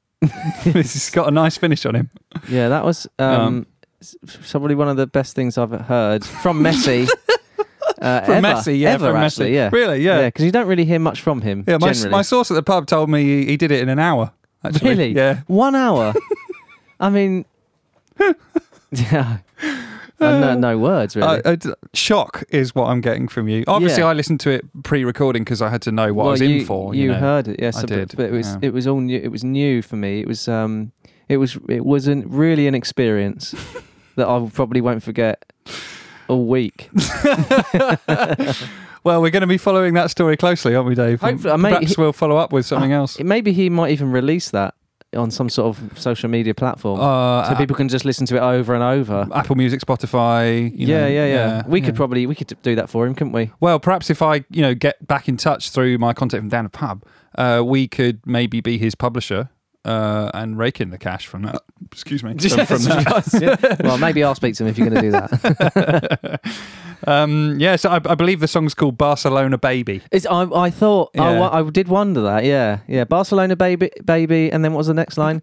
Speaker 2: He's got a nice finish on him.
Speaker 3: yeah. That was um,
Speaker 2: Um,
Speaker 3: s- probably one of the best things I've heard from Messi. Uh,
Speaker 2: From
Speaker 3: ever,
Speaker 2: Messi, yeah,
Speaker 3: ever
Speaker 2: from Messi.
Speaker 3: actually, yeah,
Speaker 2: Really, yeah.
Speaker 3: yeah, because you don't really hear much from him.
Speaker 2: Yeah, my,
Speaker 3: generally.
Speaker 2: my source at the pub told me he, he did it in an hour. Actually.
Speaker 3: really,
Speaker 2: Yeah.
Speaker 3: one hour. I mean, yeah, And no, no words really.
Speaker 2: I- I d- shock is what I'm getting from you. Obviously,
Speaker 3: Yeah.
Speaker 2: I listened to it pre-recording because I had to know what I
Speaker 3: Well,
Speaker 2: was
Speaker 3: you,
Speaker 2: in for.
Speaker 3: You,
Speaker 2: You, know.
Speaker 3: heard it, yes.
Speaker 2: I
Speaker 3: but-
Speaker 2: did,
Speaker 3: But it was
Speaker 2: yeah.
Speaker 3: it was all new. It was new for me. It was um, it was it wasn't really an experience that I probably won't forget a week.
Speaker 2: Well, we're going to be following that story closely, aren't we, Dave?
Speaker 3: Hopefully- I may- Ah,
Speaker 2: Perhaps we'll follow up with something else.
Speaker 3: Maybe he might even release that on some sort of social media platform,
Speaker 2: Uh,
Speaker 3: so people can just listen to it over and over.
Speaker 2: Apple Music, Spotify. you
Speaker 3: yeah,
Speaker 2: know,
Speaker 3: yeah, yeah, We could
Speaker 2: yeah.
Speaker 3: probably we could do that for him, couldn't we?
Speaker 2: Well, perhaps if I, you know, get back in touch through my contact from down a pub, uh, we could maybe be his publisher uh, and rake in the cash from that. Excuse me. From, from that.
Speaker 3: Yeah. Well, maybe I'll speak to him if you're going to do that.
Speaker 2: Um, yeah, so I, I believe the song's called Barcelona Baby.
Speaker 3: It's, I, I thought I
Speaker 2: Yeah.
Speaker 3: wa- I, did wonder that. Yeah, yeah. Barcelona, baby, baby, and then what was the next line?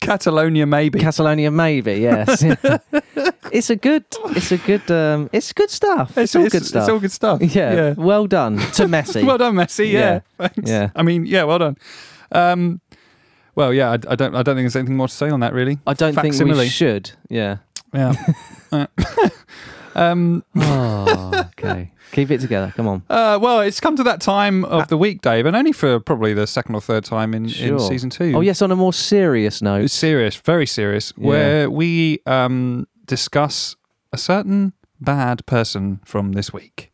Speaker 2: Catalonia Maybe.
Speaker 3: Catalonia, maybe. Yes. it's a good. It's a good. Um, it's good stuff. It's, all good stuff.
Speaker 2: It's all good stuff.
Speaker 3: Yeah. Well done to Messi.
Speaker 2: Well done, Messi. Yeah. Thanks.
Speaker 3: Yeah.
Speaker 2: I mean, yeah, well done. Um, well, yeah, I, I don't. I don't think there's anything more to say on that, really.
Speaker 3: I don't think we
Speaker 2: Facsimile.
Speaker 3: should. Yeah.
Speaker 2: Yeah. Uh, um,
Speaker 3: Oh, okay. Keep it together. Come on.
Speaker 2: uh, well, it's come to that time of the week, Dave, and only for probably the second or third time in,
Speaker 3: Uh, Sure.
Speaker 2: in season two.
Speaker 3: Oh yes. On a more serious note.
Speaker 2: It's serious, very serious,
Speaker 3: Yeah.
Speaker 2: where we um, discuss a certain bad person from this week.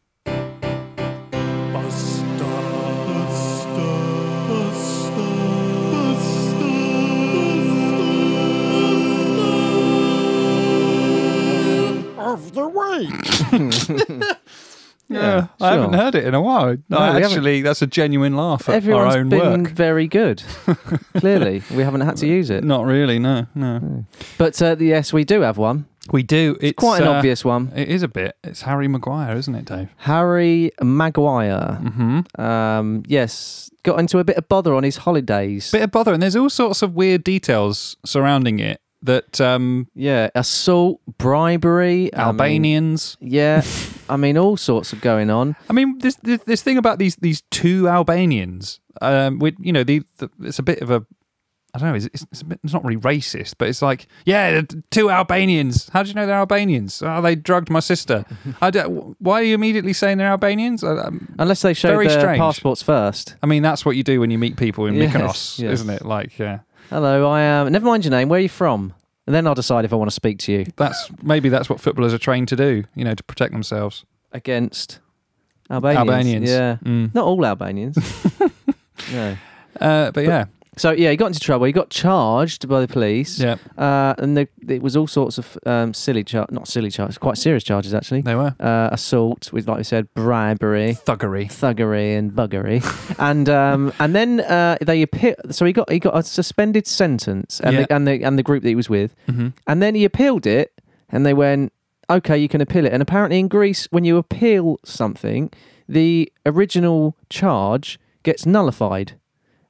Speaker 2: Yeah, I
Speaker 3: sure.
Speaker 2: haven't heard it in a while.
Speaker 3: No,
Speaker 2: I
Speaker 3: we
Speaker 2: actually, that's a genuine laugh at
Speaker 3: Everyone's
Speaker 2: our own
Speaker 3: been
Speaker 2: work.
Speaker 3: very good. Clearly, we haven't had to use it.
Speaker 2: Not really, no, no.
Speaker 3: But uh, yes, we do have one.
Speaker 2: We do. Hmm. It's,
Speaker 3: Quite an
Speaker 2: uh,
Speaker 3: obvious one.
Speaker 2: It is a bit. It's Harry Maguire, isn't it, Dave?
Speaker 3: Harry Maguire.
Speaker 2: Mm-hmm.
Speaker 3: Um, yes, got into a bit of bother on his holidays.
Speaker 2: Bit of bother, and there's all sorts of weird details surrounding it that um,
Speaker 3: yeah, assault, bribery, I mean-
Speaker 2: Albanians.
Speaker 3: yeah, I mean all sorts of going on.
Speaker 2: I mean, this, this this thing about these these two Albanians. Um, with you know, the, the it's a bit of a. I don't know. It's, it's, it's, a bit, it's not really racist, but it's like, yeah, the two Albanians. How do you know they're Albanians? Oh, they drugged my sister. I don't, why are you immediately saying they're Albanians? I, I'm-
Speaker 3: Unless they show
Speaker 2: Very
Speaker 3: their
Speaker 2: strange.
Speaker 3: passports first.
Speaker 2: I mean, that's what you do when you meet people in
Speaker 3: Yes,
Speaker 2: Mykonos,
Speaker 3: yes.
Speaker 2: isn't it? Like, yeah,
Speaker 3: Hello, I am. Never mind your name. Where are you from? And then I'll decide if I want to speak to you
Speaker 2: that's maybe that's what footballers are trained to do. You know, to protect themselves.
Speaker 3: against Albanians.
Speaker 2: Albanians.
Speaker 3: Yeah,
Speaker 2: Mm.
Speaker 3: not all Albanians. no.
Speaker 2: Uh, but yeah,
Speaker 3: So yeah, he got into trouble. He got charged by the police.
Speaker 2: yeah,
Speaker 3: Uh, and the, it was all sorts of um, silly charges, not silly charges, quite serious charges actually.
Speaker 2: they were
Speaker 3: Uh, assault with, like we said, bribery,
Speaker 2: thuggery.
Speaker 3: thuggery, and buggery, and um, and then uh, they appeal. So he got he got a suspended sentence, and
Speaker 2: Yeah.
Speaker 3: the, and the and the group that he was with,
Speaker 2: Mhm.
Speaker 3: and then he appealed it, and they went, okay, you can appeal it. And apparently in Greece, when you appeal something, the original charge gets nullified,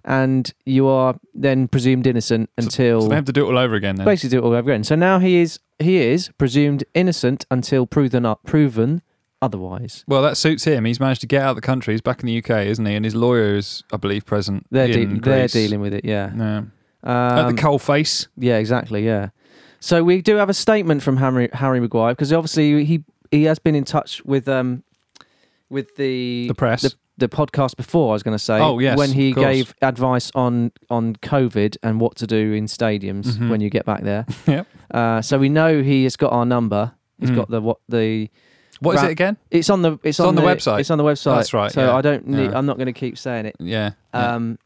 Speaker 3: and you are then presumed innocent until
Speaker 2: So they have to do it all over again then.
Speaker 3: basically do it all over again. So now he is he is presumed innocent until proven up, proven otherwise.
Speaker 2: Well, that suits him. He's managed to get out of the country. He's back in the UK, isn't he? And his lawyer is, I believe, present.
Speaker 3: They're
Speaker 2: in
Speaker 3: de- they're
Speaker 2: Greece.
Speaker 3: dealing with it, yeah.
Speaker 2: Yeah. At
Speaker 3: Um,
Speaker 2: the coal face.
Speaker 3: yeah, exactly, yeah. So we do have a statement from Harry, Harry Maguire because obviously he he has been in touch with um with the
Speaker 2: The press.
Speaker 3: the, the podcast before. I was going to say,
Speaker 2: Oh, yes,
Speaker 3: when he
Speaker 2: of course.
Speaker 3: gave advice on on COVID and what to do in stadiums
Speaker 2: Mhm.
Speaker 3: when you get back there.
Speaker 2: Yep.
Speaker 3: Uh, so we know he has got our number. He's
Speaker 2: Mm.
Speaker 3: got the what the
Speaker 2: What is
Speaker 3: Ra-
Speaker 2: it again?
Speaker 3: It's on the it's,
Speaker 2: on the website.
Speaker 3: It's on the website.
Speaker 2: That's right,
Speaker 3: So
Speaker 2: yeah.
Speaker 3: I don't need.
Speaker 2: Yeah.
Speaker 3: I'm not going to keep saying it.
Speaker 2: Yeah. yeah.
Speaker 3: Um,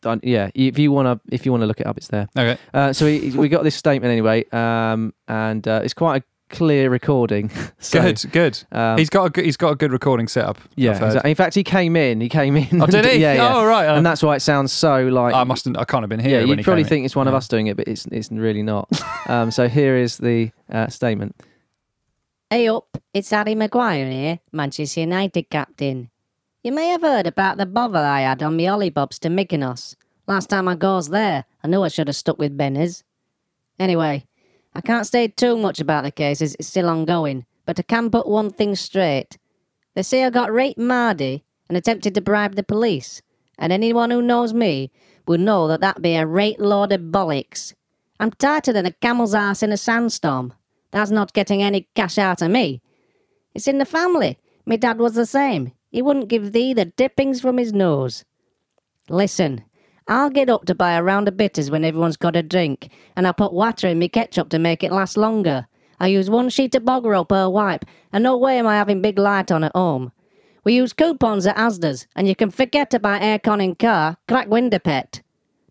Speaker 3: don't- yeah. If you wanna if you wanna look it up, it's there.
Speaker 2: okay.
Speaker 3: Uh, so we we got this statement anyway. Um, and uh, it's quite a clear recording. so,
Speaker 2: good. Good.
Speaker 3: Um,
Speaker 2: he's got a good, he's got a good recording setup.
Speaker 3: yeah.
Speaker 2: I've heard.
Speaker 3: exactly. In fact, he came in. He came in.
Speaker 2: Oh, did he?
Speaker 3: yeah. yeah.
Speaker 2: Oh, right.
Speaker 3: And that's why it sounds so like.
Speaker 2: I mustn't. I can't have been here.
Speaker 3: yeah,
Speaker 2: when
Speaker 3: you'd
Speaker 2: he
Speaker 3: probably
Speaker 2: came
Speaker 3: think it's one of
Speaker 2: Yeah.
Speaker 3: us doing it, but it's it's really not. um, so here is the uh, statement.
Speaker 5: Hey up, it's Harry Maguire here, Manchester United captain. You may have heard about the bother I had on my olliebobs to Mykonos. Last time I goes there, I knew I should have stuck with Benners. Anyway, I can't say too much about the case as it's still ongoing, but I can put one thing straight. They say I got raped Mardy and attempted to bribe the police, and anyone who knows me would know that that be a rate load of bollocks. I'm tighter than a camel's ass in a sandstorm. That's not getting any cash out of me. It's in the family. My dad was the same. He wouldn't give thee the dippings from his nose. Listen, I'll get up to buy a round of bitters when everyone's got a drink, and I'll put water in me ketchup to make it last longer. I use one sheet of bog roll per wipe, and no way am I having big light on at home. We use coupons at Asda's, and you can forget about aircon in car, crack window pet.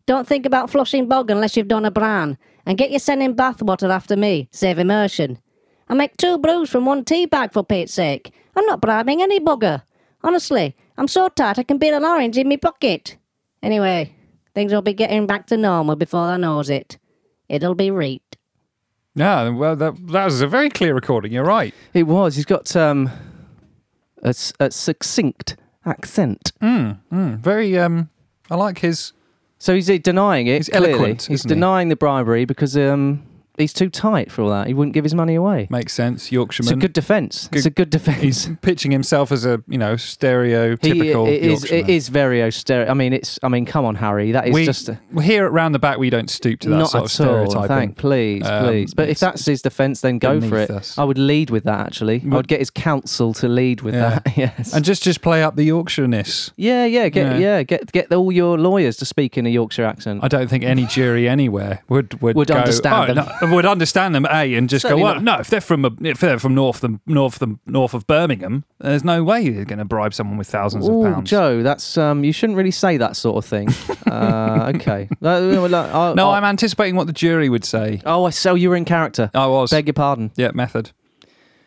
Speaker 5: Don't think about flushing bog unless you've done a bran. And get your sending bath water after me, save immersion. I make two brews from one tea bag for Pete's sake. I'm not bribing any bugger. Honestly, I'm so tight I can beat an orange in me pocket. Anyway, things will be getting back to normal before I knows it. It'll be reaped.
Speaker 2: Yeah, well, that, that was a very clear recording. You're right.
Speaker 3: It was. He's got um, a, s- a succinct accent.
Speaker 2: Hmm? Very, um, I like his.
Speaker 3: So he's uh, denying it.
Speaker 2: He's
Speaker 3: clearly.
Speaker 2: eloquent,
Speaker 3: He's
Speaker 2: isn't he?
Speaker 3: denying the bribery because um, he's too tight for all that. He wouldn't give his money away.
Speaker 2: Makes sense,
Speaker 3: It's a
Speaker 2: Yorkshireman.
Speaker 3: good defence. It's
Speaker 2: Good-
Speaker 3: a good defence.
Speaker 2: He's pitching himself as a, you know, stereotypical
Speaker 3: it is.
Speaker 2: Yorkshireman.
Speaker 3: It is very austere. I mean, it's. I mean, come on, Harry. That is
Speaker 2: we,
Speaker 3: just a,
Speaker 2: well, here at Round the Back, we don't stoop to that
Speaker 3: not
Speaker 2: sort of
Speaker 3: at all.
Speaker 2: stereotyping.
Speaker 3: Thank, please,
Speaker 2: Um,
Speaker 3: please. But if
Speaker 2: it's-
Speaker 3: that's his defence, then go for
Speaker 2: beneath
Speaker 3: it.
Speaker 2: us.
Speaker 3: I would lead with that. Actually, I
Speaker 2: Would-
Speaker 3: would get his counsel to lead with
Speaker 2: Yeah.
Speaker 3: that. Yes.
Speaker 2: And just just play up the Yorkshireness.
Speaker 3: yeah, yeah, get
Speaker 2: Yeah.
Speaker 3: yeah. get get all your lawyers to speak in a Yorkshire accent.
Speaker 2: I don't think any jury anywhere would would,
Speaker 3: Would
Speaker 2: go,
Speaker 3: understand
Speaker 2: "Oh,
Speaker 3: them."
Speaker 2: no," would understand them a and just
Speaker 3: Certainly
Speaker 2: go well
Speaker 3: not.
Speaker 2: no if they're from a, if they're from north the north the north of Birmingham there's no way they're going to bribe someone with thousands
Speaker 3: Ooh,
Speaker 2: of pounds.
Speaker 3: Joe, that's um, you shouldn't really say that sort of thing. uh, okay. No, no, no, I-
Speaker 2: no,
Speaker 3: I-
Speaker 2: I'm anticipating what the jury would say.
Speaker 3: Oh, I so you were in character.
Speaker 2: I was
Speaker 3: Beg your pardon.
Speaker 2: yeah method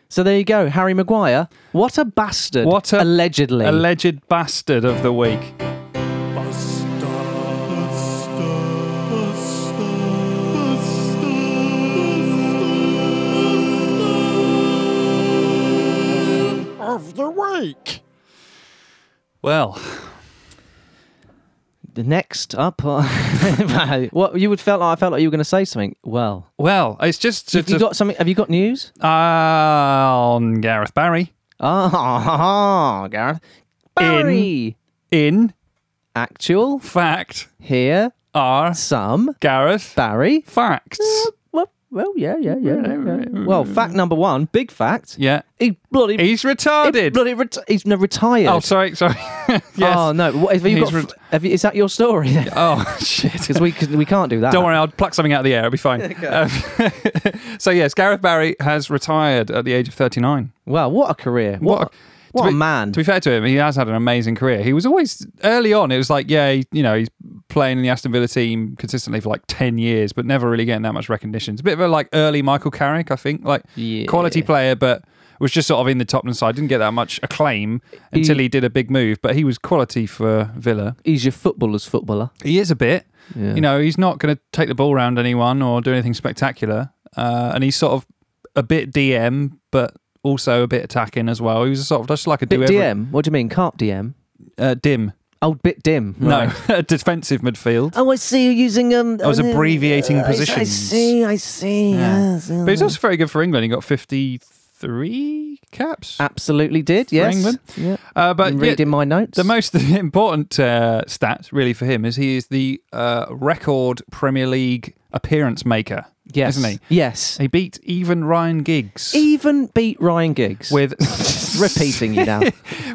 Speaker 3: So there you go, Harry Maguire. What a bastard!
Speaker 2: What a-
Speaker 3: allegedly.
Speaker 2: alleged bastard of the week.
Speaker 6: of the week.
Speaker 2: Well,
Speaker 3: The Next up, uh, what you would felt like I felt like you were going to say something. Well,
Speaker 2: well, it's just to,
Speaker 3: have you
Speaker 2: to
Speaker 3: got something? Have you got news?
Speaker 2: on Gareth Barry
Speaker 3: Ah, ha, ha, ha, Ah, Gareth. Barry.
Speaker 2: in
Speaker 3: Actual
Speaker 2: fact
Speaker 3: here
Speaker 2: are
Speaker 3: some
Speaker 2: Gareth
Speaker 3: Barry.
Speaker 2: facts.
Speaker 3: Well, well, yeah, yeah, yeah, yeah. yeah. Well, fact number one, big fact.
Speaker 2: Yeah,
Speaker 3: He bloody
Speaker 2: he's
Speaker 3: He
Speaker 2: retarded.
Speaker 3: bloody reti- he's no- retired.
Speaker 2: Oh, sorry, sorry. yes.
Speaker 3: Oh no! What, have you
Speaker 2: He's
Speaker 3: got?
Speaker 2: ret-
Speaker 3: have you, is that your story?
Speaker 2: Oh shit!
Speaker 3: Because we can, we can't do that.
Speaker 2: Don't worry, I'll pluck something out of the air. It'll be fine. Um, so yes, Gareth Barry has retired at the age of thirty-nine.
Speaker 3: Wow, what a career! What
Speaker 2: What? a-
Speaker 3: what
Speaker 2: to
Speaker 3: a
Speaker 2: be-
Speaker 3: man.
Speaker 2: To be fair to him, he has had an amazing career. He was always early on. It was like, yeah, he- you know, he's playing in the Aston Villa team consistently for like ten years, but never really getting that much recognition. It's a bit of a like early Michael Carrick, I think, like
Speaker 3: Yeah.
Speaker 2: quality player, but was just sort of in the Tottenham side. Didn't get that much acclaim until he did a big move, but he was quality for Villa.
Speaker 3: he's your footballer's footballer.
Speaker 2: He is a bit.
Speaker 3: Yeah.
Speaker 2: You know, he's not going to take the ball round anyone or do anything spectacular. Uh, and he's sort of a bit DM, but also a bit attacking as well. He was sort of just like a
Speaker 3: bit
Speaker 2: do every-
Speaker 3: DM. What do you mean, carp DM?
Speaker 2: Uh, dim.
Speaker 3: Oh, bit dim. right.
Speaker 2: No, a defensive midfield.
Speaker 3: Oh, I see. You're using um.
Speaker 2: I was abbreviating
Speaker 3: I
Speaker 2: positions.
Speaker 3: see. I see.
Speaker 2: Yeah.
Speaker 3: Yes.
Speaker 2: But he's also very good for England. He got 53 caps.
Speaker 3: Uh, Absolutely did. Yes.
Speaker 2: England?
Speaker 3: Yeah.
Speaker 2: Uh, but
Speaker 3: I'm
Speaker 2: yeah,
Speaker 3: reading my notes.
Speaker 2: the most important uh, stat, really, for him is he is the uh, record Premier League appearance maker,
Speaker 3: yes.
Speaker 2: isn't he?
Speaker 3: Yes.
Speaker 2: He beat even Ryan Giggs
Speaker 3: Even beat Ryan Giggs.
Speaker 2: with
Speaker 3: repeating you now.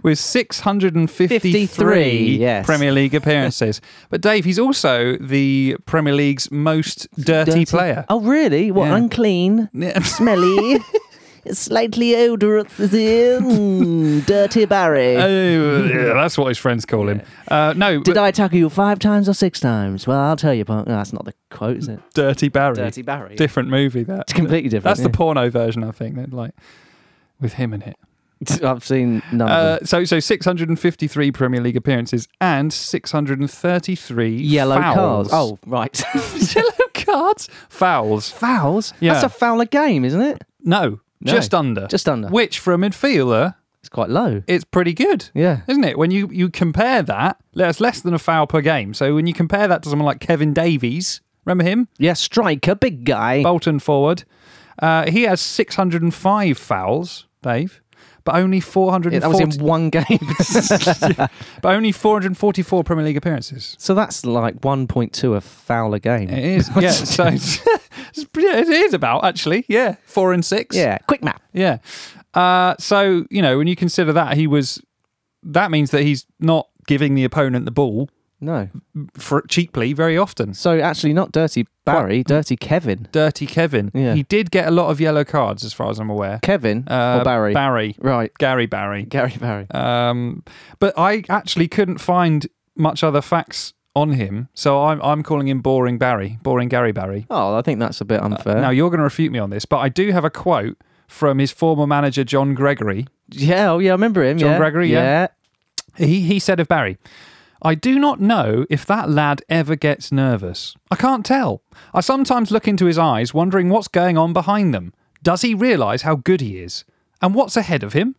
Speaker 2: with 653
Speaker 3: 53, yes.
Speaker 2: Premier League appearances. but Dave, he's also the Premier League's most dirty, player.
Speaker 3: Oh, really? What
Speaker 2: Yeah.
Speaker 3: unclean?
Speaker 2: Yeah.
Speaker 3: smelly, slightly odorous, mm, dirty Barry.
Speaker 2: Oh, yeah, that's what his friends call him. Uh, no,
Speaker 3: Did
Speaker 2: but
Speaker 3: I tackle you five times or six times? Well, I'll tell you, but no, that's not the quote, is it?
Speaker 2: Dirty Barry.
Speaker 3: Barry.
Speaker 2: Different movie that.
Speaker 3: It's completely different.
Speaker 2: That's the porno version, I think. that, Like with him in it.
Speaker 3: the. I've seen none.
Speaker 2: Uh,
Speaker 3: of them.
Speaker 2: so so 653 Premier League appearances and 633
Speaker 3: Yellow
Speaker 2: fouls.
Speaker 3: cards. Oh, right.
Speaker 2: yellow cards, fouls.
Speaker 3: Fouls?
Speaker 2: Yeah.
Speaker 3: That's a foul a game, isn't it?
Speaker 2: No,
Speaker 3: No.
Speaker 2: just under.
Speaker 3: Just under.
Speaker 2: Which for a midfielder,
Speaker 3: It's quite low.
Speaker 2: it's pretty good.
Speaker 3: Yeah.
Speaker 2: Isn't it? When you, you compare that, that's less than a foul per game. So when you compare that to someone like Kevin Davies, remember him?
Speaker 3: Yeah, striker, big guy.
Speaker 2: Bolton forward. Uh, he has 605 fouls, Dave, but only
Speaker 3: Yeah,
Speaker 2: 440,
Speaker 3: that was in one game.
Speaker 2: but only 444 Premier League appearances.
Speaker 3: so that's like 1.2 a foul a game.
Speaker 2: It is, yeah. so it's- yeah, it is about actually, yeah, four and six,
Speaker 3: Yeah, quick map.
Speaker 2: yeah. Uh, so you know when you consider that he was, that means that he's not giving the opponent the ball
Speaker 3: No.
Speaker 2: for cheaply very often.
Speaker 3: So actually, not dirty Barry, dirty Kevin.
Speaker 2: Dirty Kevin,
Speaker 3: Yeah.
Speaker 2: he did get a lot of yellow cards, as far as I'm aware.
Speaker 3: Kevin
Speaker 2: Uh,
Speaker 3: or Barry?
Speaker 2: Barry,
Speaker 3: Right.
Speaker 2: Gary Barry.
Speaker 3: Gary Barry.
Speaker 2: Um, but I actually couldn't find much other facts on him, so I'm I'm calling him boring Barry, boring Gary Barry.
Speaker 3: Oh, I think that's a
Speaker 2: Uh,
Speaker 3: bit unfair.
Speaker 2: Now you're going to refute me on this, but I do have a quote from his former manager John Gregory.
Speaker 3: Yeah, oh yeah, I remember him.
Speaker 2: John
Speaker 3: yeah.
Speaker 2: Gregory, yeah. He he said of Barry, I do not know if that lad ever gets nervous. I can't tell. I sometimes look into his eyes, wondering what's going on behind them. Does he realise how good he is? And what's ahead of him?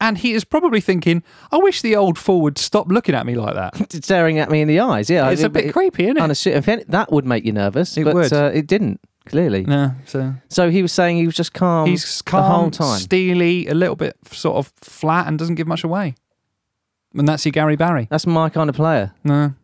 Speaker 2: And he is probably thinking, I wish the old fool would stop looking at me like that.
Speaker 3: yeah. Staring at me in the eyes. Yeah,
Speaker 2: It's
Speaker 3: I-
Speaker 2: a bit
Speaker 3: it-
Speaker 2: creepy, isn't it?
Speaker 3: unassu- if any- that would make you nervous,
Speaker 2: It
Speaker 3: but
Speaker 2: would.
Speaker 3: Uh, it didn't clearly.
Speaker 2: no, so
Speaker 3: So he was saying he was just calm.
Speaker 2: he's calm,
Speaker 3: the whole time.
Speaker 2: steely, a little bit sort of flat, and doesn't give much away. And that's your Gary Barry.
Speaker 3: That's my kind of player.
Speaker 2: No,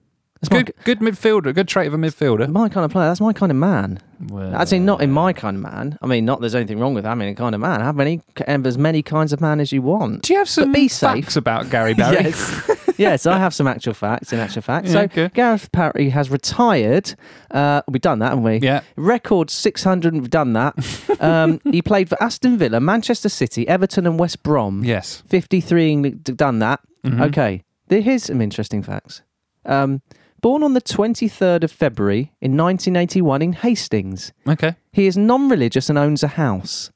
Speaker 3: That's
Speaker 2: good, good midfielder, good trait of a midfielder.
Speaker 3: my, my kind of player. That's my kind of man.
Speaker 2: Well,
Speaker 3: I'd say not in my kind of man. I mean, not there's anything wrong with having a kind of man. Have any have as many kinds of man as you want.
Speaker 2: Do you have some
Speaker 3: But be safe.
Speaker 2: facts about Gary Barry?
Speaker 3: Yes. yes, I have some actual facts. In actual fact,
Speaker 2: Yeah,
Speaker 3: so
Speaker 2: okay.
Speaker 3: Gareth Parry has retired. Uh, we've done that, haven't we?
Speaker 2: Yeah.
Speaker 3: Record six hundred. We've done that. um, he played for Aston Villa, Manchester City, Everton, and West Brom.
Speaker 2: Yes.
Speaker 3: Fifty-three. England d- Done that.
Speaker 2: Mm-hmm.
Speaker 3: Okay. There, here's some interesting facts. Um, born on the twenty-third of February in 1981 in Hastings.
Speaker 2: Okay.
Speaker 3: He is non-religious and owns a house.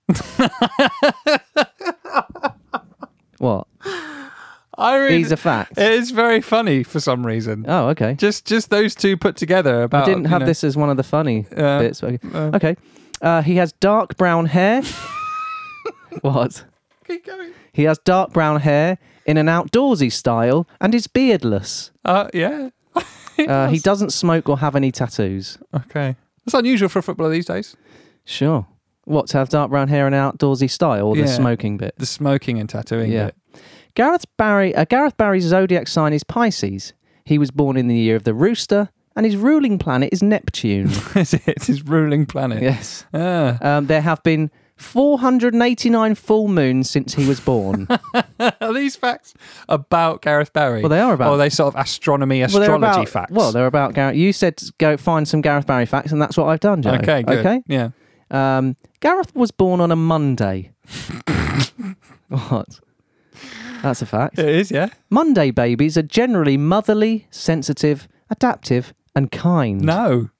Speaker 3: what?
Speaker 2: I read,
Speaker 3: These are facts.
Speaker 2: It is very funny for some reason.
Speaker 3: Oh, okay.
Speaker 2: Just just those two put together about.
Speaker 3: I didn't
Speaker 2: you
Speaker 3: have
Speaker 2: know-
Speaker 3: this as one of the funny
Speaker 2: Uh,
Speaker 3: bits. Okay. okay. Uh, he has dark brown hair. what?
Speaker 2: Keep going.
Speaker 3: He has dark brown hair in an outdoorsy style and is beardless.
Speaker 2: Uh, yeah.
Speaker 3: Uh, he doesn't smoke or have any tattoos.
Speaker 2: Okay. That's unusual for a footballer these days.
Speaker 3: Sure. What, to have dark brown hair and outdoorsy style or
Speaker 2: Yeah.
Speaker 3: the smoking bit?
Speaker 2: The smoking and tattooing.
Speaker 3: Yeah.
Speaker 2: bit.
Speaker 3: Gareth Barry, uh, Gareth Barry's zodiac sign is Pisces. He was born in the year of the rooster and his ruling planet is Neptune.
Speaker 2: That's it. It's his ruling planet.
Speaker 3: yes.
Speaker 2: Ah.
Speaker 3: Um, there have been 489 full moons since he was born.
Speaker 2: Are these facts about Gareth Barry?
Speaker 3: Well, they are about-
Speaker 2: Or are they sort of astronomy, astrology
Speaker 3: they're about,
Speaker 2: facts.
Speaker 3: Well, they're about Gareth. You said to go find some Gareth Barry facts, and that's what I've done, Joe.
Speaker 2: okay. Good.
Speaker 3: Okay.
Speaker 2: Yeah.
Speaker 3: Um, Gareth was born on a Monday. what? That's a fact.
Speaker 2: It is. Yeah.
Speaker 3: Monday babies are generally motherly, sensitive, adaptive, and kind.
Speaker 2: No.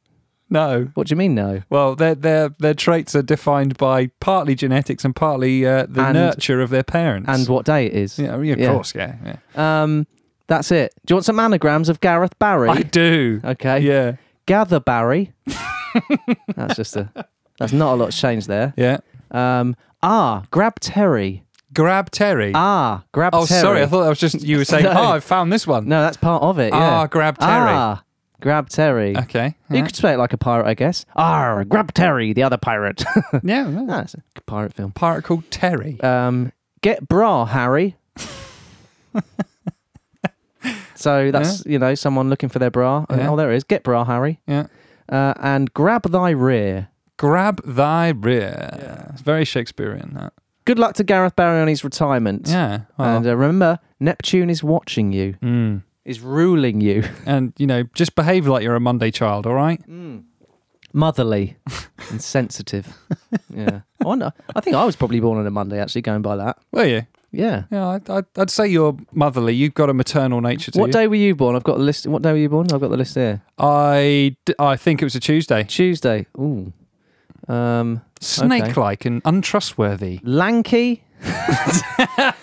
Speaker 2: No.
Speaker 3: What do you mean, no?
Speaker 2: Well, their their their traits are defined by partly genetics and partly uh, the
Speaker 3: And-
Speaker 2: nurture of their parents.
Speaker 3: And what day it is.
Speaker 2: Yeah, yeah, of course, yeah. yeah.
Speaker 3: Um, that's it. Do you want some anagrams of Gareth Barry?
Speaker 2: I do.
Speaker 3: Okay.
Speaker 2: Yeah,
Speaker 3: Gather Barry. that's just a. That's not a lot's changed there.
Speaker 2: yeah.
Speaker 3: Um, ah, grab Terry.
Speaker 2: Grab Terry.
Speaker 3: Ah, grab
Speaker 2: oh,
Speaker 3: Terry.
Speaker 2: sorry, I thought that was just you were saying.
Speaker 3: No.
Speaker 2: Oh, I found this one.
Speaker 3: No, that's part of it. Yeah.
Speaker 2: Ah, grab Terry.
Speaker 3: Ah, grab Terry.
Speaker 2: Okay.
Speaker 3: You could say it like a pirate, I guess. Ah, grab Terry, the other pirate. Ah,
Speaker 2: Yeah. yeah.
Speaker 3: That's a good pirate film.
Speaker 2: Pirate called Terry.
Speaker 3: Um, get bra, Harry. so that's you know someone looking for their bra.
Speaker 2: Yeah.
Speaker 3: Oh, there it is. Get bra, Harry.
Speaker 2: yeah.
Speaker 3: Uh, and grab thy rear.
Speaker 2: Grab thy rear. It's very Shakespearean. That.
Speaker 3: Good luck to Gareth Barry on his retirement.
Speaker 2: Yeah. Well,
Speaker 3: And
Speaker 2: and,
Speaker 3: uh, remember, Neptune is watching you. Is ruling you.
Speaker 2: Mm. you know, just behave like you're a Monday child. All right.
Speaker 3: Mm. motherly and sensitive. Yeah, I wonder. I think I was probably born on a Monday. Actually, going by that.
Speaker 2: Were you?
Speaker 3: Yeah.
Speaker 2: Yeah. I'd, I'd, I'd say you're motherly. You've got a maternal nature to
Speaker 3: What
Speaker 2: you.
Speaker 3: day were you born? I've got the list. What day were you born? I've got the list here.
Speaker 2: I d- I think it was a Tuesday.
Speaker 3: Tuesday. Ooh. Um,
Speaker 2: Snake-like and untrustworthy.
Speaker 3: lanky.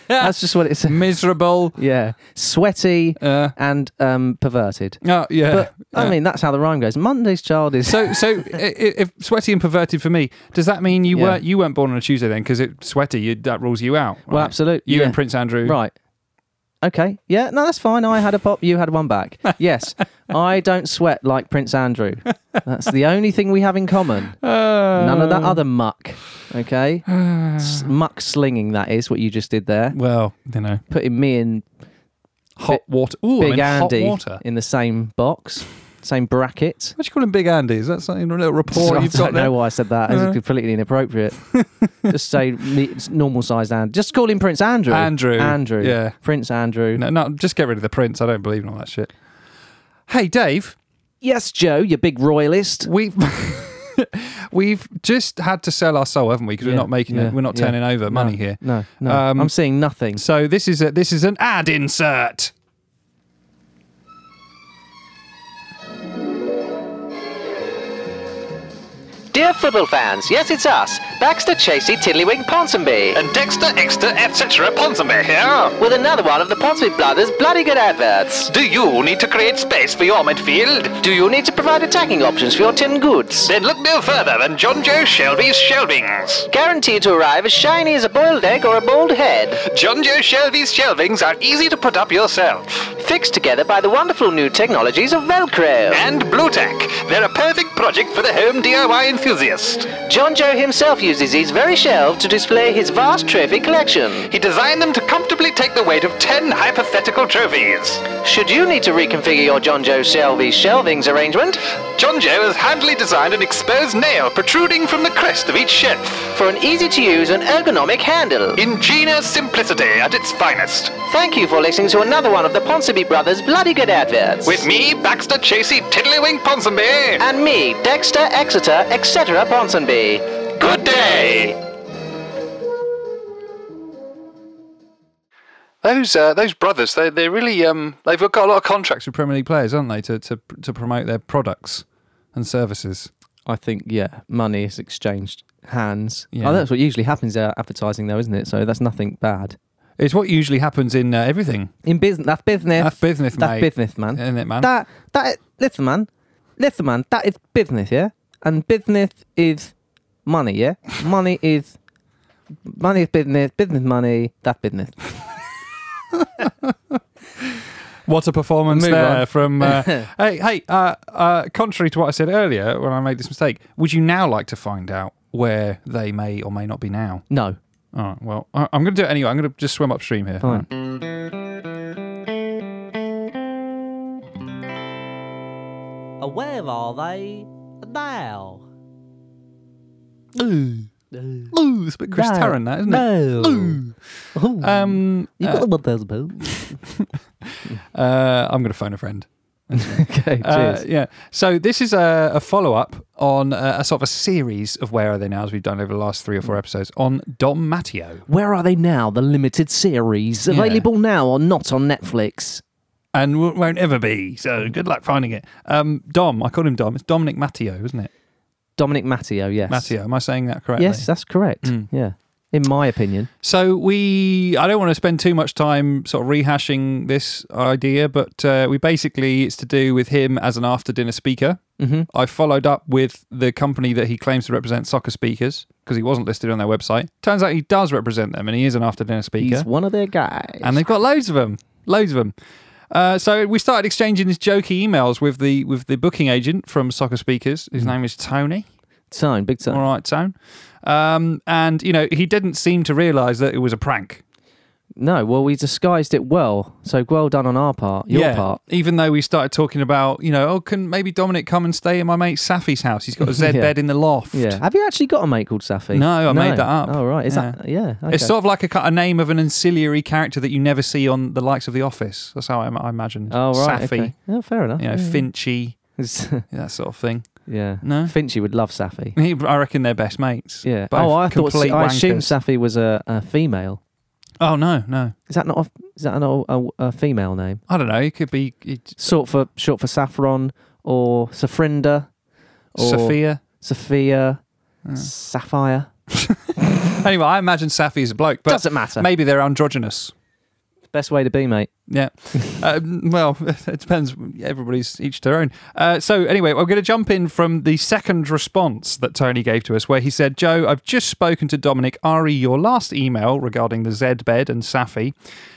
Speaker 3: That's just what it says.
Speaker 2: Miserable.
Speaker 3: Yeah, sweaty
Speaker 2: Uh,
Speaker 3: and um, perverted.
Speaker 2: oh, yeah.
Speaker 3: But
Speaker 2: yeah.
Speaker 3: I mean, that's how the rhyme goes. Monday's child is.
Speaker 2: So, so i- i- if sweaty and perverted for me, does that mean you
Speaker 3: Yeah.
Speaker 2: weren't you weren't born on a Tuesday then? Because it sweaty, you, that rules you out.
Speaker 3: Well,
Speaker 2: right?
Speaker 3: absolute-
Speaker 2: You
Speaker 3: yeah.
Speaker 2: and Prince Andrew,
Speaker 3: Right. Okay. Yeah. No, that's fine. I had a pop. You had one back. Yes. I don't sweat like Prince Andrew. That's the only thing we have in common. None of that other muck. Okay. S- muck slinging. That is what you just did there.
Speaker 2: Well, you know,
Speaker 3: Putting me and
Speaker 2: hot water. Ooh, I'm
Speaker 3: Big
Speaker 2: in
Speaker 3: Andy
Speaker 2: hot water.
Speaker 3: in the same box, same bracket.
Speaker 2: What do you call him, Big Andy? Is that something a little rapport
Speaker 3: I
Speaker 2: you've
Speaker 3: don't
Speaker 2: got Uh. there?
Speaker 3: know why I said that. It's completely inappropriate. just say normal sized Andrew. Just call him Prince Andrew.
Speaker 2: Andrew,
Speaker 3: Andrew.
Speaker 2: yeah.
Speaker 3: Prince Andrew.
Speaker 2: No, no, just get rid of the prince. I don't believe in all that shit. Hey, Dave,
Speaker 3: Yes, Joe, you big royalist.
Speaker 2: we've we've just had to sell our soul, haven't we? Because
Speaker 3: Yeah,
Speaker 2: we're not making
Speaker 3: yeah,
Speaker 2: it. We're not
Speaker 3: yeah.
Speaker 2: turning over money here.
Speaker 3: No, no.
Speaker 2: Um,
Speaker 3: I'm seeing nothing.
Speaker 2: So this is a, this is an ad insert.
Speaker 7: Dear Fribble fans, yes, it's us, Baxter Chasey Tiddlywink Ponsonby.
Speaker 8: And Dexter, Exter, etc. Ponsonby here.
Speaker 7: with another one of the Ponsonby Brothers' bloody good adverts.
Speaker 8: Do you need to create space for your midfield?
Speaker 7: Do you need to provide attacking options for your tin goods?
Speaker 8: Then look no further than John Joe Shelby's shelvings.
Speaker 7: Guaranteed to arrive as shiny as a boiled egg or a bald head.
Speaker 8: John Joe Shelby's shelvings are easy to put up yourself.
Speaker 7: Fixed together by the wonderful new technologies of Velcro.
Speaker 8: And Blu-Tack, they're a perfect project for the home DIY enthusiast.
Speaker 7: John Joe himself uses these very shelves to display his vast trophy collection.
Speaker 8: He designed them to comfortably take the weight of 10 hypothetical trophies.
Speaker 7: Should you need to reconfigure your John Joe Shelby shelvings arrangement
Speaker 8: John Joe has handily designed an exposed nail protruding from the crest of each shelf.
Speaker 7: for an easy to use and ergonomic handle?
Speaker 8: Ingenious simplicity at its finest.
Speaker 7: Thank you for listening to another one of the Ponsonby Brothers' bloody good adverts.
Speaker 8: With me, Baxter Chasey Tiddlywink Ponsonby.
Speaker 7: and me, Dexter Exeter, etc. Ponsonby.
Speaker 8: Good day.
Speaker 2: Those uh, those brothers, they they really um they've got a lot of contracts with Premier League players, aren't they, to to, to promote their products and services.
Speaker 3: I think, yeah, money is exchanged hands.
Speaker 2: Yeah.
Speaker 3: Oh, that's what usually happens in advertising, though, isn't it? So that's nothing bad.
Speaker 2: It's what usually happens in uh, everything.
Speaker 3: In business, that's business.
Speaker 2: That's business,
Speaker 3: That's
Speaker 2: mate.
Speaker 3: business, man.
Speaker 2: Isn't it, man?
Speaker 3: That that listen, man, listen, man. That is business, yeah. And business is money, yeah. Money is money is business. Business money. That's business.
Speaker 2: What a performance
Speaker 3: Move
Speaker 2: there
Speaker 3: on.
Speaker 2: from. Uh, hey, hey. Uh, uh, contrary to what I said earlier when I made this mistake, would you now like to find out where they may or may not be now?
Speaker 3: No.
Speaker 2: All right. Well, I- I'm going to do it anyway. I'm going to just swim upstream here.
Speaker 3: Fine.
Speaker 2: All right.
Speaker 5: Where are they now?
Speaker 2: Ooh, it's a bit Chris
Speaker 3: No.
Speaker 2: Tarrant, that isn't
Speaker 3: No.
Speaker 2: it? Ooh. Um,
Speaker 3: You got the one those bones.
Speaker 2: uh, I'm going to phone a friend.
Speaker 3: okay. Cheers.
Speaker 2: Uh, yeah. So this is a, a follow up on uh, a, a sort of a series of Where Are They Now, as we've done over the last three or four episodes on Dom Matteo.
Speaker 3: Where are they now? The limited series available now or not on Netflix?
Speaker 2: and w- won't ever be. So good luck finding it. Um, Dom, I called him Dom. It's Dominic Matteo, isn't it?
Speaker 3: Dominic Matteo. Yes.
Speaker 2: Matteo, Hmm. am I saying that correctly?
Speaker 3: Yes, that's correct. Yeah. In my opinion.
Speaker 2: So we, I don't want to spend too much time sort of rehashing this idea, but uh, we basically it's to do with him as an after dinner speaker. Mm-hmm. I followed up with the company that he claims to represent soccer speakers because he wasn't listed on their website. Turns out he does represent them, and he is an after dinner speaker.
Speaker 3: He's one of their guys.
Speaker 2: and they've got loads of them, loads of them. Uh, so we started exchanging these jokey emails with the with the booking agent from Soccer Speakers. His name is Tony.
Speaker 3: Tone, big tone.
Speaker 2: All right, Tone. Um, and you know he didn't seem to realise that it was a prank.
Speaker 3: No, well, we disguised it well. So well done on our part, your part.
Speaker 2: Even though we started talking about you know oh can maybe Dominic come and stay in my mate Safi's house? He's got a Z
Speaker 3: Yeah.
Speaker 2: bed in the loft.
Speaker 3: Yeah. Have you actually got a mate called Safi?
Speaker 2: No, I made that up.
Speaker 3: Oh, right. Is that, yeah. Okay.
Speaker 2: It's sort of like a, ki- a name of an ancillary character that you never see on the likes of The Office. That's how I, I imagined.
Speaker 3: oh,
Speaker 2: Safi,
Speaker 3: right. Okay. Oh. Yeah, fair enough.
Speaker 2: you know, Finchy,
Speaker 3: Fin-
Speaker 2: that sort of thing.
Speaker 3: yeah.
Speaker 2: No?
Speaker 3: Finchy would love Safi.
Speaker 2: He- I reckon they're best mates.
Speaker 3: Yeah.
Speaker 2: Both
Speaker 3: oh, I thought,
Speaker 2: complete
Speaker 3: I assumed
Speaker 2: wankers.
Speaker 3: Safi was a, a female.
Speaker 2: Oh no, no.
Speaker 3: Is that not a, is that an, old- a, a female name?
Speaker 2: I don't know. It could be it,
Speaker 3: Short for short for Saffron or Safrinda or
Speaker 2: Sophia. Hmm.
Speaker 3: Sophia, Sapphire.
Speaker 2: Anyway, I imagine Safi is a bloke, but
Speaker 3: Doesn't matter.
Speaker 2: Maybe they're androgynous.
Speaker 3: Best way to be, mate.
Speaker 2: Yeah. um, well, it depends. Everybody's each to their own. Uh, so anyway, I'm going to jump in from the second response that Tony gave to us, where he said, "Joe, I've just spoken to Dominic Re your last email regarding the Z bed and Safi,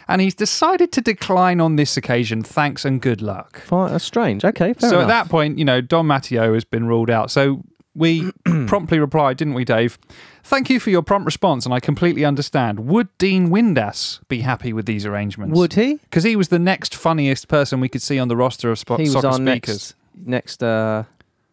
Speaker 2: and he's decided to decline on this occasion. Thanks and good luck."
Speaker 3: Fine, that's strange. Okay, fair
Speaker 2: so
Speaker 3: enough.
Speaker 2: at that point, you know, Don Matteo has been ruled out. So we promptly replied, didn't we, Dave? Thank you for your prompt response, and I completely understand. Would Dean Windass be happy with these arrangements?
Speaker 3: Would he?
Speaker 2: Because he was the next funniest person we could see on the roster of spo-
Speaker 3: he was
Speaker 2: soccer
Speaker 3: our
Speaker 2: speakers.
Speaker 3: next next uh,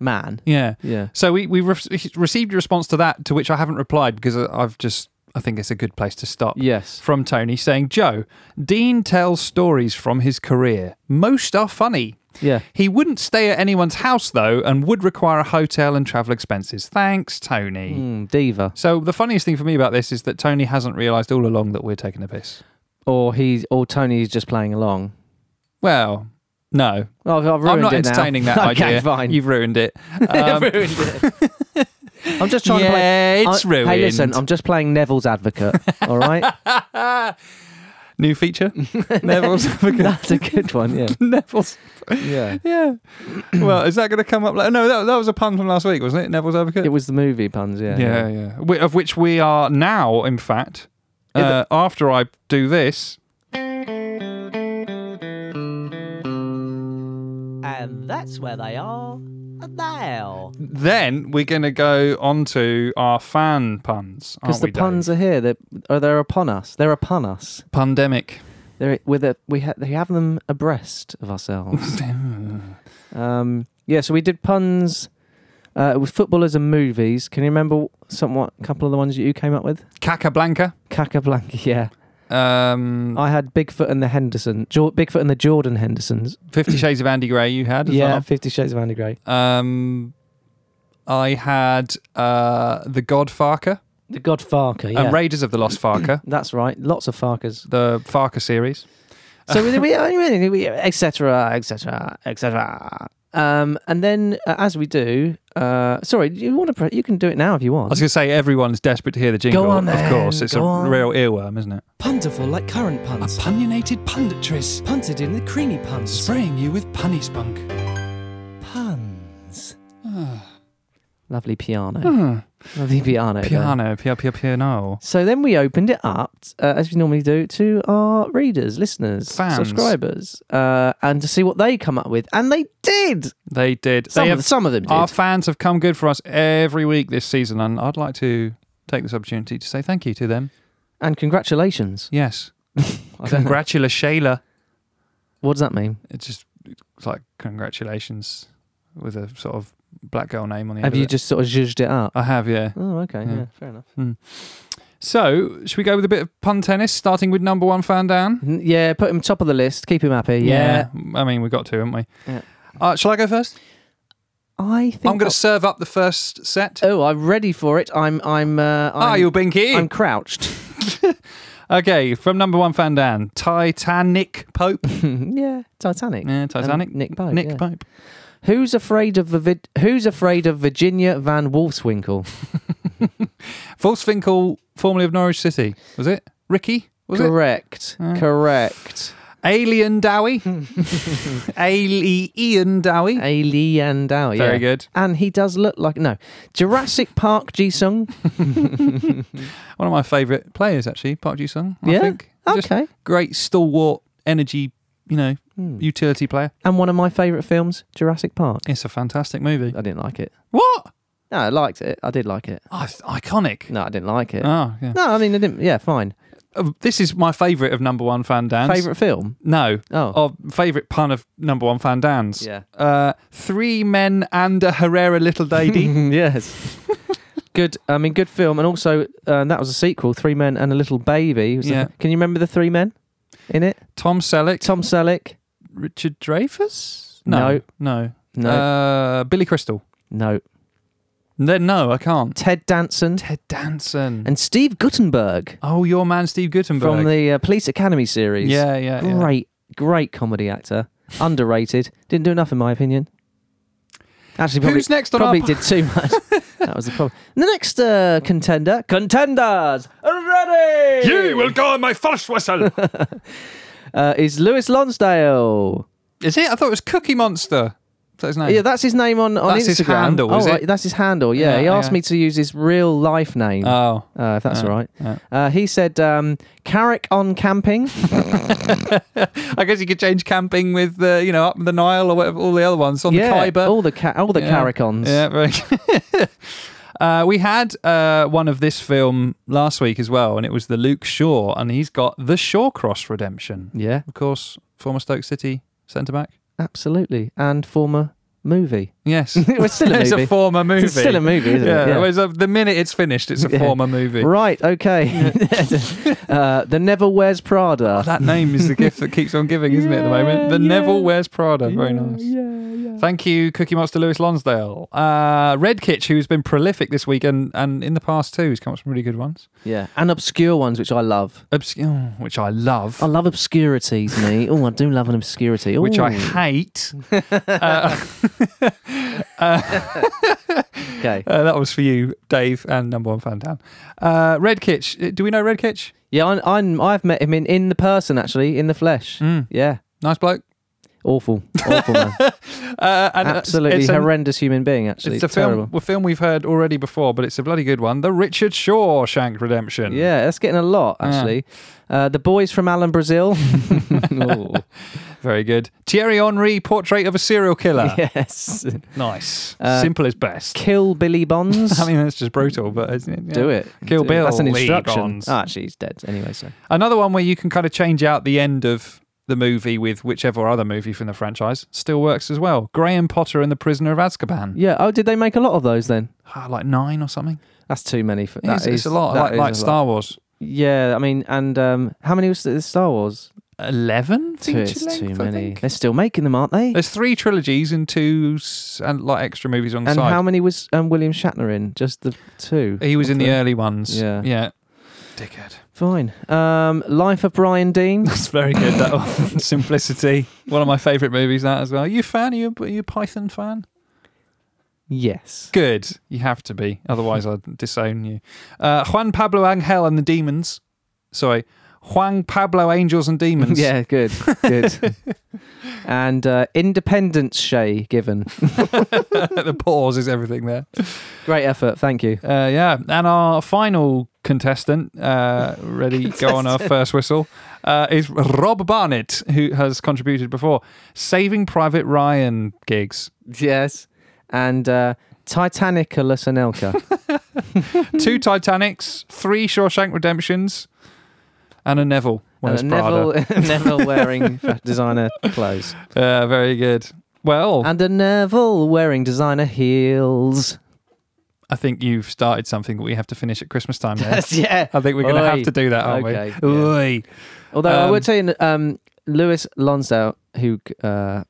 Speaker 3: man.
Speaker 2: Yeah.
Speaker 3: Yeah.
Speaker 2: So we, we re- received a response to that, to which I haven't replied because I've just, I think it's a good place to stop.
Speaker 3: Yes.
Speaker 2: From Tony saying, Joe, Dean tells stories from his career. Most are funny.
Speaker 3: Yeah.
Speaker 2: He wouldn't stay at anyone's house, though, and would require a hotel and travel expenses. Thanks, Tony.
Speaker 3: Mm, diva,
Speaker 2: So the funniest thing for me about this is that Tony hasn't realised all along that we're taking a piss.
Speaker 3: or he's or Tony's just playing along.
Speaker 2: Well, no,
Speaker 3: Oh, I've ruined
Speaker 2: I'm not
Speaker 3: it now.
Speaker 2: entertaining that
Speaker 3: okay,
Speaker 2: idea.
Speaker 3: fine.
Speaker 2: You've ruined it.
Speaker 3: ruined it. I'm just trying to play.
Speaker 2: Yeah, it's
Speaker 3: I- Hey, listen,
Speaker 2: ruined.
Speaker 3: I'm just playing Neville's advocate. All right,
Speaker 2: New feature. Neville's
Speaker 3: that's a good one. Yeah,
Speaker 2: Neville's.
Speaker 3: yeah.
Speaker 2: Yeah. well, is that going to come up? la- No, that, that was a pun from last week, wasn't it? Neville's advocate.
Speaker 3: It was the movie puns. Yeah,
Speaker 2: yeah, yeah. Whi- Of which we are now, in fact. Uh, after I do this,
Speaker 9: And that's where they are now.
Speaker 2: then we're going to go on to our fan puns.
Speaker 3: Because the puns are here. They're, are they're upon us. They're upon us.
Speaker 2: pandemic.
Speaker 3: They're with a, we ha- they have them abreast of ourselves. um, yeah. So we did puns uh, with footballers and movies. Can you remember somewhat? A couple of the ones that you came up with.
Speaker 2: Cacablanca.
Speaker 3: Casablanca. Yeah.
Speaker 2: Um,
Speaker 3: I had Bigfoot and the Henderson. Jo- Bigfoot and the Jordan Hendersons.
Speaker 2: Fifty Shades of Andy Gray. You had. as
Speaker 3: yeah.
Speaker 2: well.
Speaker 3: Fifty Shades of Andy Gray.
Speaker 2: Um, I had uh, the God Farker
Speaker 3: The God Farker. Yeah.
Speaker 2: and Raiders of the Lost Farker,
Speaker 3: That's right. Lots of Farkers.
Speaker 2: the Farker series.
Speaker 3: So we, we, we- we etc. etc. etc. Um, and then uh, as we do, uh, sorry, do you want to? Pre- you can do it now if you
Speaker 2: I
Speaker 3: want.
Speaker 2: was going to say everyone's desperate to hear the jingle.
Speaker 3: on
Speaker 2: of
Speaker 3: then,
Speaker 2: course, it's
Speaker 3: go
Speaker 2: a
Speaker 3: on.
Speaker 2: real earworm, isn't it?
Speaker 10: Punderful like current puns.
Speaker 11: Punionated punditris
Speaker 10: punted in the creamy puns.
Speaker 11: spraying you with punny spunk.
Speaker 10: Puns.
Speaker 3: Ah. Lovely piano. Lovely piano. there.
Speaker 2: Ah. Hmm, Piano, pia, pia, piano.
Speaker 3: So then we opened it up, uh, as we normally do, to our readers, listeners,
Speaker 2: Fans.
Speaker 3: subscribers, uh, and to see what they come up with. And they did.
Speaker 2: They did.
Speaker 3: Some,
Speaker 2: they
Speaker 3: of,
Speaker 2: have-
Speaker 3: some of them did.
Speaker 2: Our fans have come good for us every week this season, and I'd like to take this opportunity to say thank you to them.
Speaker 3: and congratulations.
Speaker 2: Yes.
Speaker 3: I don't know.
Speaker 2: Congratula Shayla.
Speaker 3: What does that mean?
Speaker 2: It's just it's like congratulations with a sort of black girl name on the end
Speaker 3: Have
Speaker 2: of
Speaker 3: you
Speaker 2: it.
Speaker 3: just sort of zhuzhed it up?
Speaker 2: I have, yeah.
Speaker 3: Oh, okay.
Speaker 2: Yeah.
Speaker 3: Yeah, fair enough.
Speaker 2: So, should we go with a bit of pun tennis, starting with number one fan Dan?
Speaker 3: N- Yeah, put him top of the list. Keep him happy. Yeah.
Speaker 2: I mean, we got to, haven't we?
Speaker 3: Yeah.
Speaker 2: Uh, shall I go first?
Speaker 3: I think
Speaker 2: I'm going to
Speaker 3: I'll-
Speaker 2: serve up the first set.
Speaker 3: Oh, I'm ready for it. I'm. I'm. Uh, I'm
Speaker 2: Ah, you binky.
Speaker 3: I'm crouched.
Speaker 2: Okay, from number one fan Dan, Titanic Pope.
Speaker 3: yeah, Titanic.
Speaker 2: yeah, Titanic.
Speaker 3: Um, Nick Pope.
Speaker 2: Nick
Speaker 3: yeah.
Speaker 2: Pope.
Speaker 3: Who's afraid of the vid- Who's afraid of Virginia Van Wolfswinkle?
Speaker 2: Volkswinkel, formerly of Norwich City, was it? Ricky, was it?
Speaker 3: Correct. Correct.
Speaker 2: Alien Dowie. Alien Dowie.
Speaker 3: Alien Dow.
Speaker 2: Very
Speaker 3: yeah.
Speaker 2: good.
Speaker 3: And he does look like no Jurassic Park Ji Sung.
Speaker 2: One of my favourite players, actually, Park Ji Sung. I
Speaker 3: Yeah?
Speaker 2: think. Just
Speaker 3: Okay. Hmm.
Speaker 2: great stalwart energy, you know, utility player.
Speaker 3: And one of my favourite films, Jurassic Park.
Speaker 2: It's a fantastic movie.
Speaker 3: I didn't like it.
Speaker 2: What?
Speaker 3: No, I liked it. I did like it.
Speaker 2: Oh, it's iconic.
Speaker 3: No, I didn't like it.
Speaker 2: Oh, yeah.
Speaker 3: No, I mean, I didn't. Yeah, fine.
Speaker 2: Uh, This is my favourite of number one fan dance.
Speaker 3: Favorite film?
Speaker 2: No.
Speaker 3: Oh.
Speaker 2: Of favourite pun of number one fan dance.
Speaker 3: Yeah.
Speaker 2: Uh, three men and a Herrera little lady.
Speaker 3: yes. good. I mean, good film, and also uh, that was a sequel. Three men and a little baby. Was the-
Speaker 2: Yeah.
Speaker 3: can you remember the three men in it?
Speaker 2: Tom Selleck.
Speaker 3: Tom Selleck.
Speaker 2: Richard Dreyfus? No. No.
Speaker 3: No.
Speaker 2: Uh, Billy Crystal.
Speaker 3: No.
Speaker 2: Then no, I can't.
Speaker 3: Ted Danson
Speaker 2: Ted Danson.
Speaker 3: and Steve Guttenberg
Speaker 2: oh, your man Steve Gutenberg.
Speaker 3: from the uh, Police Academy series.
Speaker 2: yeah, yeah, yeah.
Speaker 3: Great, great comedy actor. Underrated. Didn't do enough, in my opinion. Actually, probably,
Speaker 2: Who's next on our
Speaker 3: probably
Speaker 2: pi-
Speaker 3: did too much. that was the problem. The next uh, contender, contenders, are ready.
Speaker 2: go on my first whistle.
Speaker 3: uh, is Lewis Lonsdale.
Speaker 2: is it? I thought it was Cookie Monster. Is that his name?
Speaker 3: Yeah, that's his name on, on
Speaker 2: That's
Speaker 3: Instagram.
Speaker 2: his handle,
Speaker 3: oh,
Speaker 2: is it?
Speaker 3: right, that's his handle. Yeah,
Speaker 2: Yeah,
Speaker 3: he asked
Speaker 2: yeah.
Speaker 3: me to use his real life name. Uh,
Speaker 2: Oh.
Speaker 3: if that's
Speaker 2: yeah,
Speaker 3: all right.
Speaker 2: yeah.
Speaker 3: Uh, he said, um, Carrick on camping.
Speaker 2: I guess you could change camping with, uh, you know, up the Nile or whatever, all the other ones on
Speaker 3: yeah,
Speaker 2: the Khyber.
Speaker 3: all the ca- all the
Speaker 2: Yeah.
Speaker 3: Carrickons.
Speaker 2: Yeah, very. Uh, we had uh, one of this film last week as well, and it was the Luke Shaw, and he's got the Shawcross Redemption.
Speaker 3: Yeah,
Speaker 2: Of course, former Stoke City centre back.
Speaker 3: absolutely. And former movie.
Speaker 2: Yes,
Speaker 3: It's still a
Speaker 2: it's
Speaker 3: movie.
Speaker 2: a former movie.
Speaker 3: It's still a movie, isn't
Speaker 2: yeah,
Speaker 3: it? Yeah.
Speaker 2: whereas, uh, the minute it's finished, it's a
Speaker 3: Yeah.
Speaker 2: former movie.
Speaker 3: Right, okay. uh, the Never Wears Prada.
Speaker 2: That name is the gift that keeps on giving, isn't it? At the moment, the Neville wears Prada. Very nice.
Speaker 3: Yeah, yeah.
Speaker 2: Thank you, Cookie Monster Lewis Lonsdale. Uh, Red Kitch, who's been prolific this week and, and in the past too, he's come up with some really good ones.
Speaker 3: Yeah, and obscure ones, which I love.
Speaker 2: Obscure, which I love.
Speaker 3: I love obscurities, me. Oh, I do love an obscurity.
Speaker 2: Which I
Speaker 3: Ooh.
Speaker 2: hate. Uh, uh,
Speaker 3: Okay.
Speaker 2: uh, that was for you, Dave, and number one fan Dan. Uh, Red Kitch, uh, do we know Red Kitch?
Speaker 3: Yeah, I'm, I'm, I've met him in, in the person, actually, in the flesh.
Speaker 2: Mm.
Speaker 3: Yeah.
Speaker 2: Nice bloke.
Speaker 3: Awful. Awful man.
Speaker 2: Uh, and it's-
Speaker 3: Absolutely
Speaker 2: it's an-
Speaker 3: horrendous human being, actually.
Speaker 2: It's a
Speaker 3: Terrible.
Speaker 2: film, a film we've heard already before, but it's a bloody good one. The Richard Shaw Shank Redemption.
Speaker 3: Yeah, that's getting a lot,
Speaker 2: Yeah.
Speaker 3: actually. Uh, the boys from Alan Brazil. Oh.
Speaker 2: Very good. Thierry Henry, Portrait of a Serial Killer.
Speaker 3: Yes.
Speaker 2: Nice.
Speaker 3: Uh,
Speaker 2: Simple as best.
Speaker 3: Kill Billy Bonds.
Speaker 2: I mean, that's just brutal, but isn't it? Yeah.
Speaker 3: Do it.
Speaker 2: Kill
Speaker 3: Do it.
Speaker 2: Bill.
Speaker 3: That's an
Speaker 2: Lee
Speaker 3: instruction.
Speaker 2: Bonds.
Speaker 3: Ah, actually, he's dead anyway, so.
Speaker 2: Another one where you can kind of change out the end of the movie with whichever other movie from the franchise still works as well. Graham Potter and the Prisoner of Azkaban.
Speaker 3: Yeah. Oh, did they make a lot of those then?
Speaker 2: Ah, like nine or something.
Speaker 3: That's too many. For,
Speaker 2: It's-
Speaker 3: that
Speaker 2: it's
Speaker 3: is-
Speaker 2: a lot,
Speaker 3: that
Speaker 2: like-
Speaker 3: is
Speaker 2: like
Speaker 3: a
Speaker 2: Star Wars.
Speaker 3: Yeah, I mean, and um, how many was there? Star Wars?
Speaker 2: 11
Speaker 3: Two,
Speaker 2: feature
Speaker 3: it's
Speaker 2: length,
Speaker 3: too
Speaker 2: I
Speaker 3: many.
Speaker 2: think.
Speaker 3: They're still making them, aren't they?
Speaker 2: There's three trilogies and two s- and like extra movies on the
Speaker 3: And
Speaker 2: side.
Speaker 3: how many was um, William Shatner in? Just the two.
Speaker 2: he was in the early ones.
Speaker 3: Yeah.
Speaker 2: Yeah. Dickhead.
Speaker 3: Fine. Um, Life of Brian Dean.
Speaker 2: It's very good. That one. Simplicity. One of my favourite movies. That as well. Are you a fan? Are you, are you a Python fan?
Speaker 3: yes.
Speaker 2: Good. You have to be. Otherwise, I'd disown you. Uh, Juan Pablo Angel and the Demons. Sorry. Juan Pablo Angels and Demons.
Speaker 3: yeah. Good. Good. and uh, Independence Shay given.
Speaker 2: the pause is everything there.
Speaker 3: Great effort. Thank you.
Speaker 2: Uh, yeah. And our final contestant, uh, ready, go on our first whistle, uh, is Rob Barnett, who has contributed before. Saving Private Ryan gigs.
Speaker 3: Yes. And uh, Titanicalus and Elka.
Speaker 2: Two Titanics, three Shawshank Redemptions, and a Neville. When it's
Speaker 3: and Uh, Neville,
Speaker 2: Prada.
Speaker 3: Neville wearing designer clothes.
Speaker 2: Uh, very good. Well,
Speaker 3: And a Neville wearing designer heels.
Speaker 2: I think you've started something that we have to finish at Christmas time. There.
Speaker 3: That's- yeah.
Speaker 2: I think we're going to
Speaker 3: Oi.
Speaker 2: have to do that, aren't
Speaker 3: Okay,
Speaker 2: we?
Speaker 3: yeah.
Speaker 2: Oi.
Speaker 3: Although I
Speaker 2: Um,
Speaker 3: would say um, Lewis Lonsdale, who uh,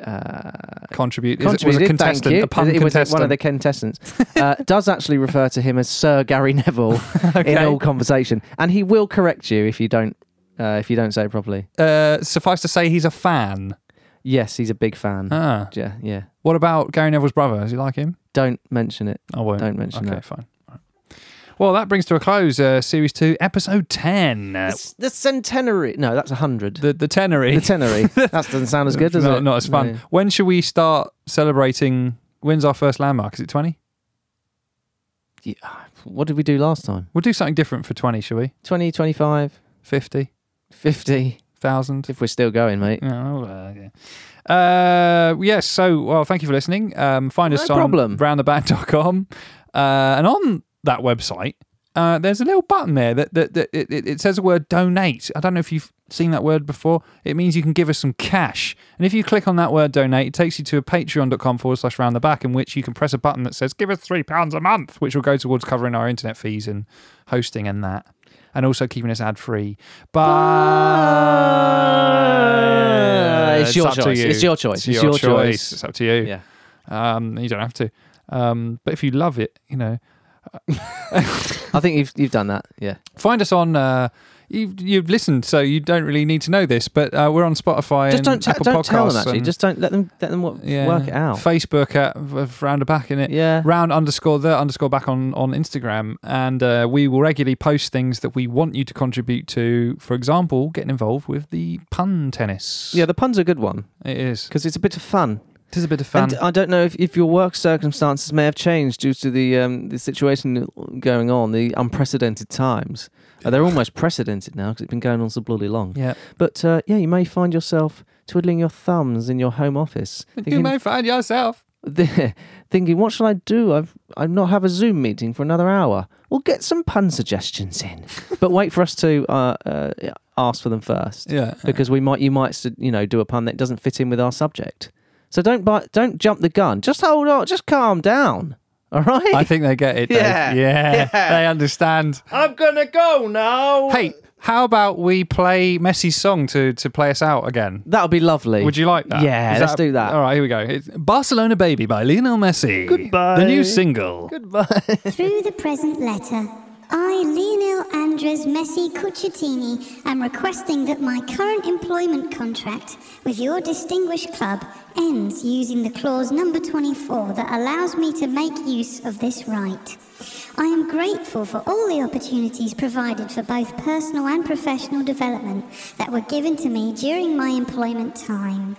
Speaker 3: uh,
Speaker 2: Contribute. Is it- was
Speaker 3: contributed,
Speaker 2: a
Speaker 3: thank
Speaker 2: contestant,
Speaker 3: you.
Speaker 2: a pun
Speaker 3: it was
Speaker 2: contestant.
Speaker 3: one of the contestants, uh, does actually refer to him as Sir Gary Neville in all conversation, and he will correct you if you don't uh, if you don't say it properly.
Speaker 2: uh, suffice to say, he's a fan.
Speaker 3: Yes, he's a big fan.
Speaker 2: Ah.
Speaker 3: Yeah, yeah.
Speaker 2: What about Gary Neville's brother? Does he like him?
Speaker 3: Don't mention it.
Speaker 2: I won't.
Speaker 3: Don't mention
Speaker 2: okay,
Speaker 3: that.
Speaker 2: fine. All right. Well, that brings to a close uh, Series 2, Episode 10. Uh,
Speaker 3: It's the centenary. No, that's a hundred.
Speaker 2: the, the Tenery.
Speaker 3: The tenery. that doesn't sound as good, does
Speaker 2: not,
Speaker 3: it?
Speaker 2: Not as fun.
Speaker 3: No.
Speaker 2: When should we start celebrating? When's our first landmark? Is it 20?
Speaker 3: Yeah. What did we do last time?
Speaker 2: We'll do something different for 20, shall we?
Speaker 3: 20, 25,
Speaker 2: 50?
Speaker 3: 50,
Speaker 2: 1,000?
Speaker 3: if we're still going, mate.
Speaker 2: Oh, uh, yeah. Uh, yes, so, well, thank you for listening. Um, find
Speaker 3: No
Speaker 2: us
Speaker 3: problem.
Speaker 2: on roundtheback.com. Uh, and on that website, uh, there's a little button there that, that, that it, it it says the word donate. I don't know if you've seen that word before. It means you can give us some cash. And if you click on that word donate, it takes you to a patreon.com forward slash round the back, in which you can press a button that says give us £3 a month, which will go towards covering our internet fees and hosting and that. And also keeping us ad free. But
Speaker 3: It's your
Speaker 2: up to
Speaker 3: choice.
Speaker 2: you.
Speaker 3: It's your choice.
Speaker 2: It's
Speaker 3: It's
Speaker 2: your,
Speaker 3: your
Speaker 2: choice.
Speaker 3: choice.
Speaker 2: It's up to you.
Speaker 3: Yeah.
Speaker 2: Um, you don't have to. Um, but if you love it, you know,
Speaker 3: I think you've you've done that. Yeah.
Speaker 2: find us on. Uh, you've, you've listened, so you don't really need to know this, but uh, we're on Spotify
Speaker 3: Just
Speaker 2: and
Speaker 3: don't te-
Speaker 2: Apple
Speaker 3: don't
Speaker 2: Podcasts
Speaker 3: tell them actually.
Speaker 2: and-
Speaker 3: Just don't let them let them wo-
Speaker 2: yeah,
Speaker 3: work it out.
Speaker 2: Facebook at v- round the back in it.
Speaker 3: Yeah.
Speaker 2: Round underscore the underscore back on on Instagram, and uh, we will regularly post things that we want you to contribute to. For example, getting involved with the pun tennis.
Speaker 3: Yeah, the pun's a good one
Speaker 2: it is. uh,
Speaker 3: because it's a bit of fun.
Speaker 2: It is a bit of fun.
Speaker 3: And I don't know if, if your work circumstances may have changed due to the um, the situation going on, the unprecedented times. Uh, they're almost precedented now because it's been going on so bloody long.
Speaker 2: yeah.
Speaker 3: But uh, yeah, you may find yourself twiddling your thumbs in your home office,
Speaker 2: You may find yourself.
Speaker 3: thinking, "What shall I do? I've I'm not have a Zoom meeting for another hour. We'll get some pun suggestions in, but wait for us to uh, uh, ask for them first,
Speaker 2: Yeah.
Speaker 3: because we might you might su- you know do a pun that doesn't fit in with our subject. So don't bite, don't jump the gun. Just hold on. Just calm down. All right.
Speaker 2: I think they get it. Dave.
Speaker 3: Yeah.
Speaker 2: yeah.
Speaker 3: Yeah.
Speaker 2: They understand.
Speaker 9: I'm gonna go now.
Speaker 2: Hey, How about we play Messi's song to, to play us out again?
Speaker 3: That would be lovely.
Speaker 2: Would you like that?
Speaker 3: Yeah,
Speaker 2: Is
Speaker 3: let's do that.
Speaker 2: All right, here we go. It's Barcelona Baby by Lionel Messi.
Speaker 3: Goodbye.
Speaker 2: The new single.
Speaker 3: Goodbye.
Speaker 4: Through the present letter, I, Lionel Andres Messi Cucciatini, am requesting that my current employment contract with your distinguished club ends using the clause number 24 that allows me to make use of this right. I am grateful for all the opportunities provided for both personal and professional development that were given to me during my employment time.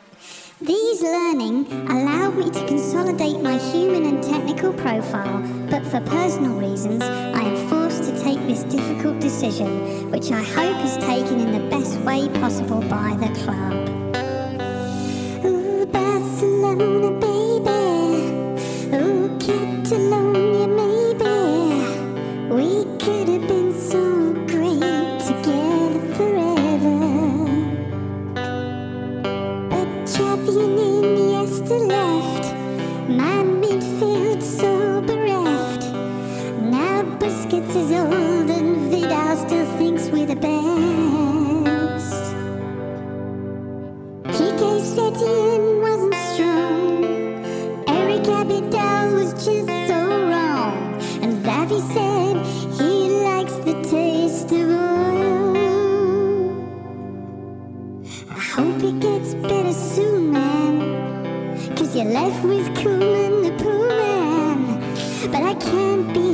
Speaker 4: These learning allowed me to consolidate my human and technical profile, but for personal reasons, I am forced to take this difficult decision, which I hope is taken in the best way possible by the club. Ooh, Barcelona, baby. Ooh, Catalonia, maybe. We could have been so great together forever. But champion in yes to left, my midfield so bereft. Now Busquets is old and Vidal still thinks we're the best. Pique Setien wasn't strong, Eric Abidal was just so wrong, and Xavi said he likes the taste of oil. I hope it gets better soon, man. Cause you're left with Cool and the Pooh Man. But I can't be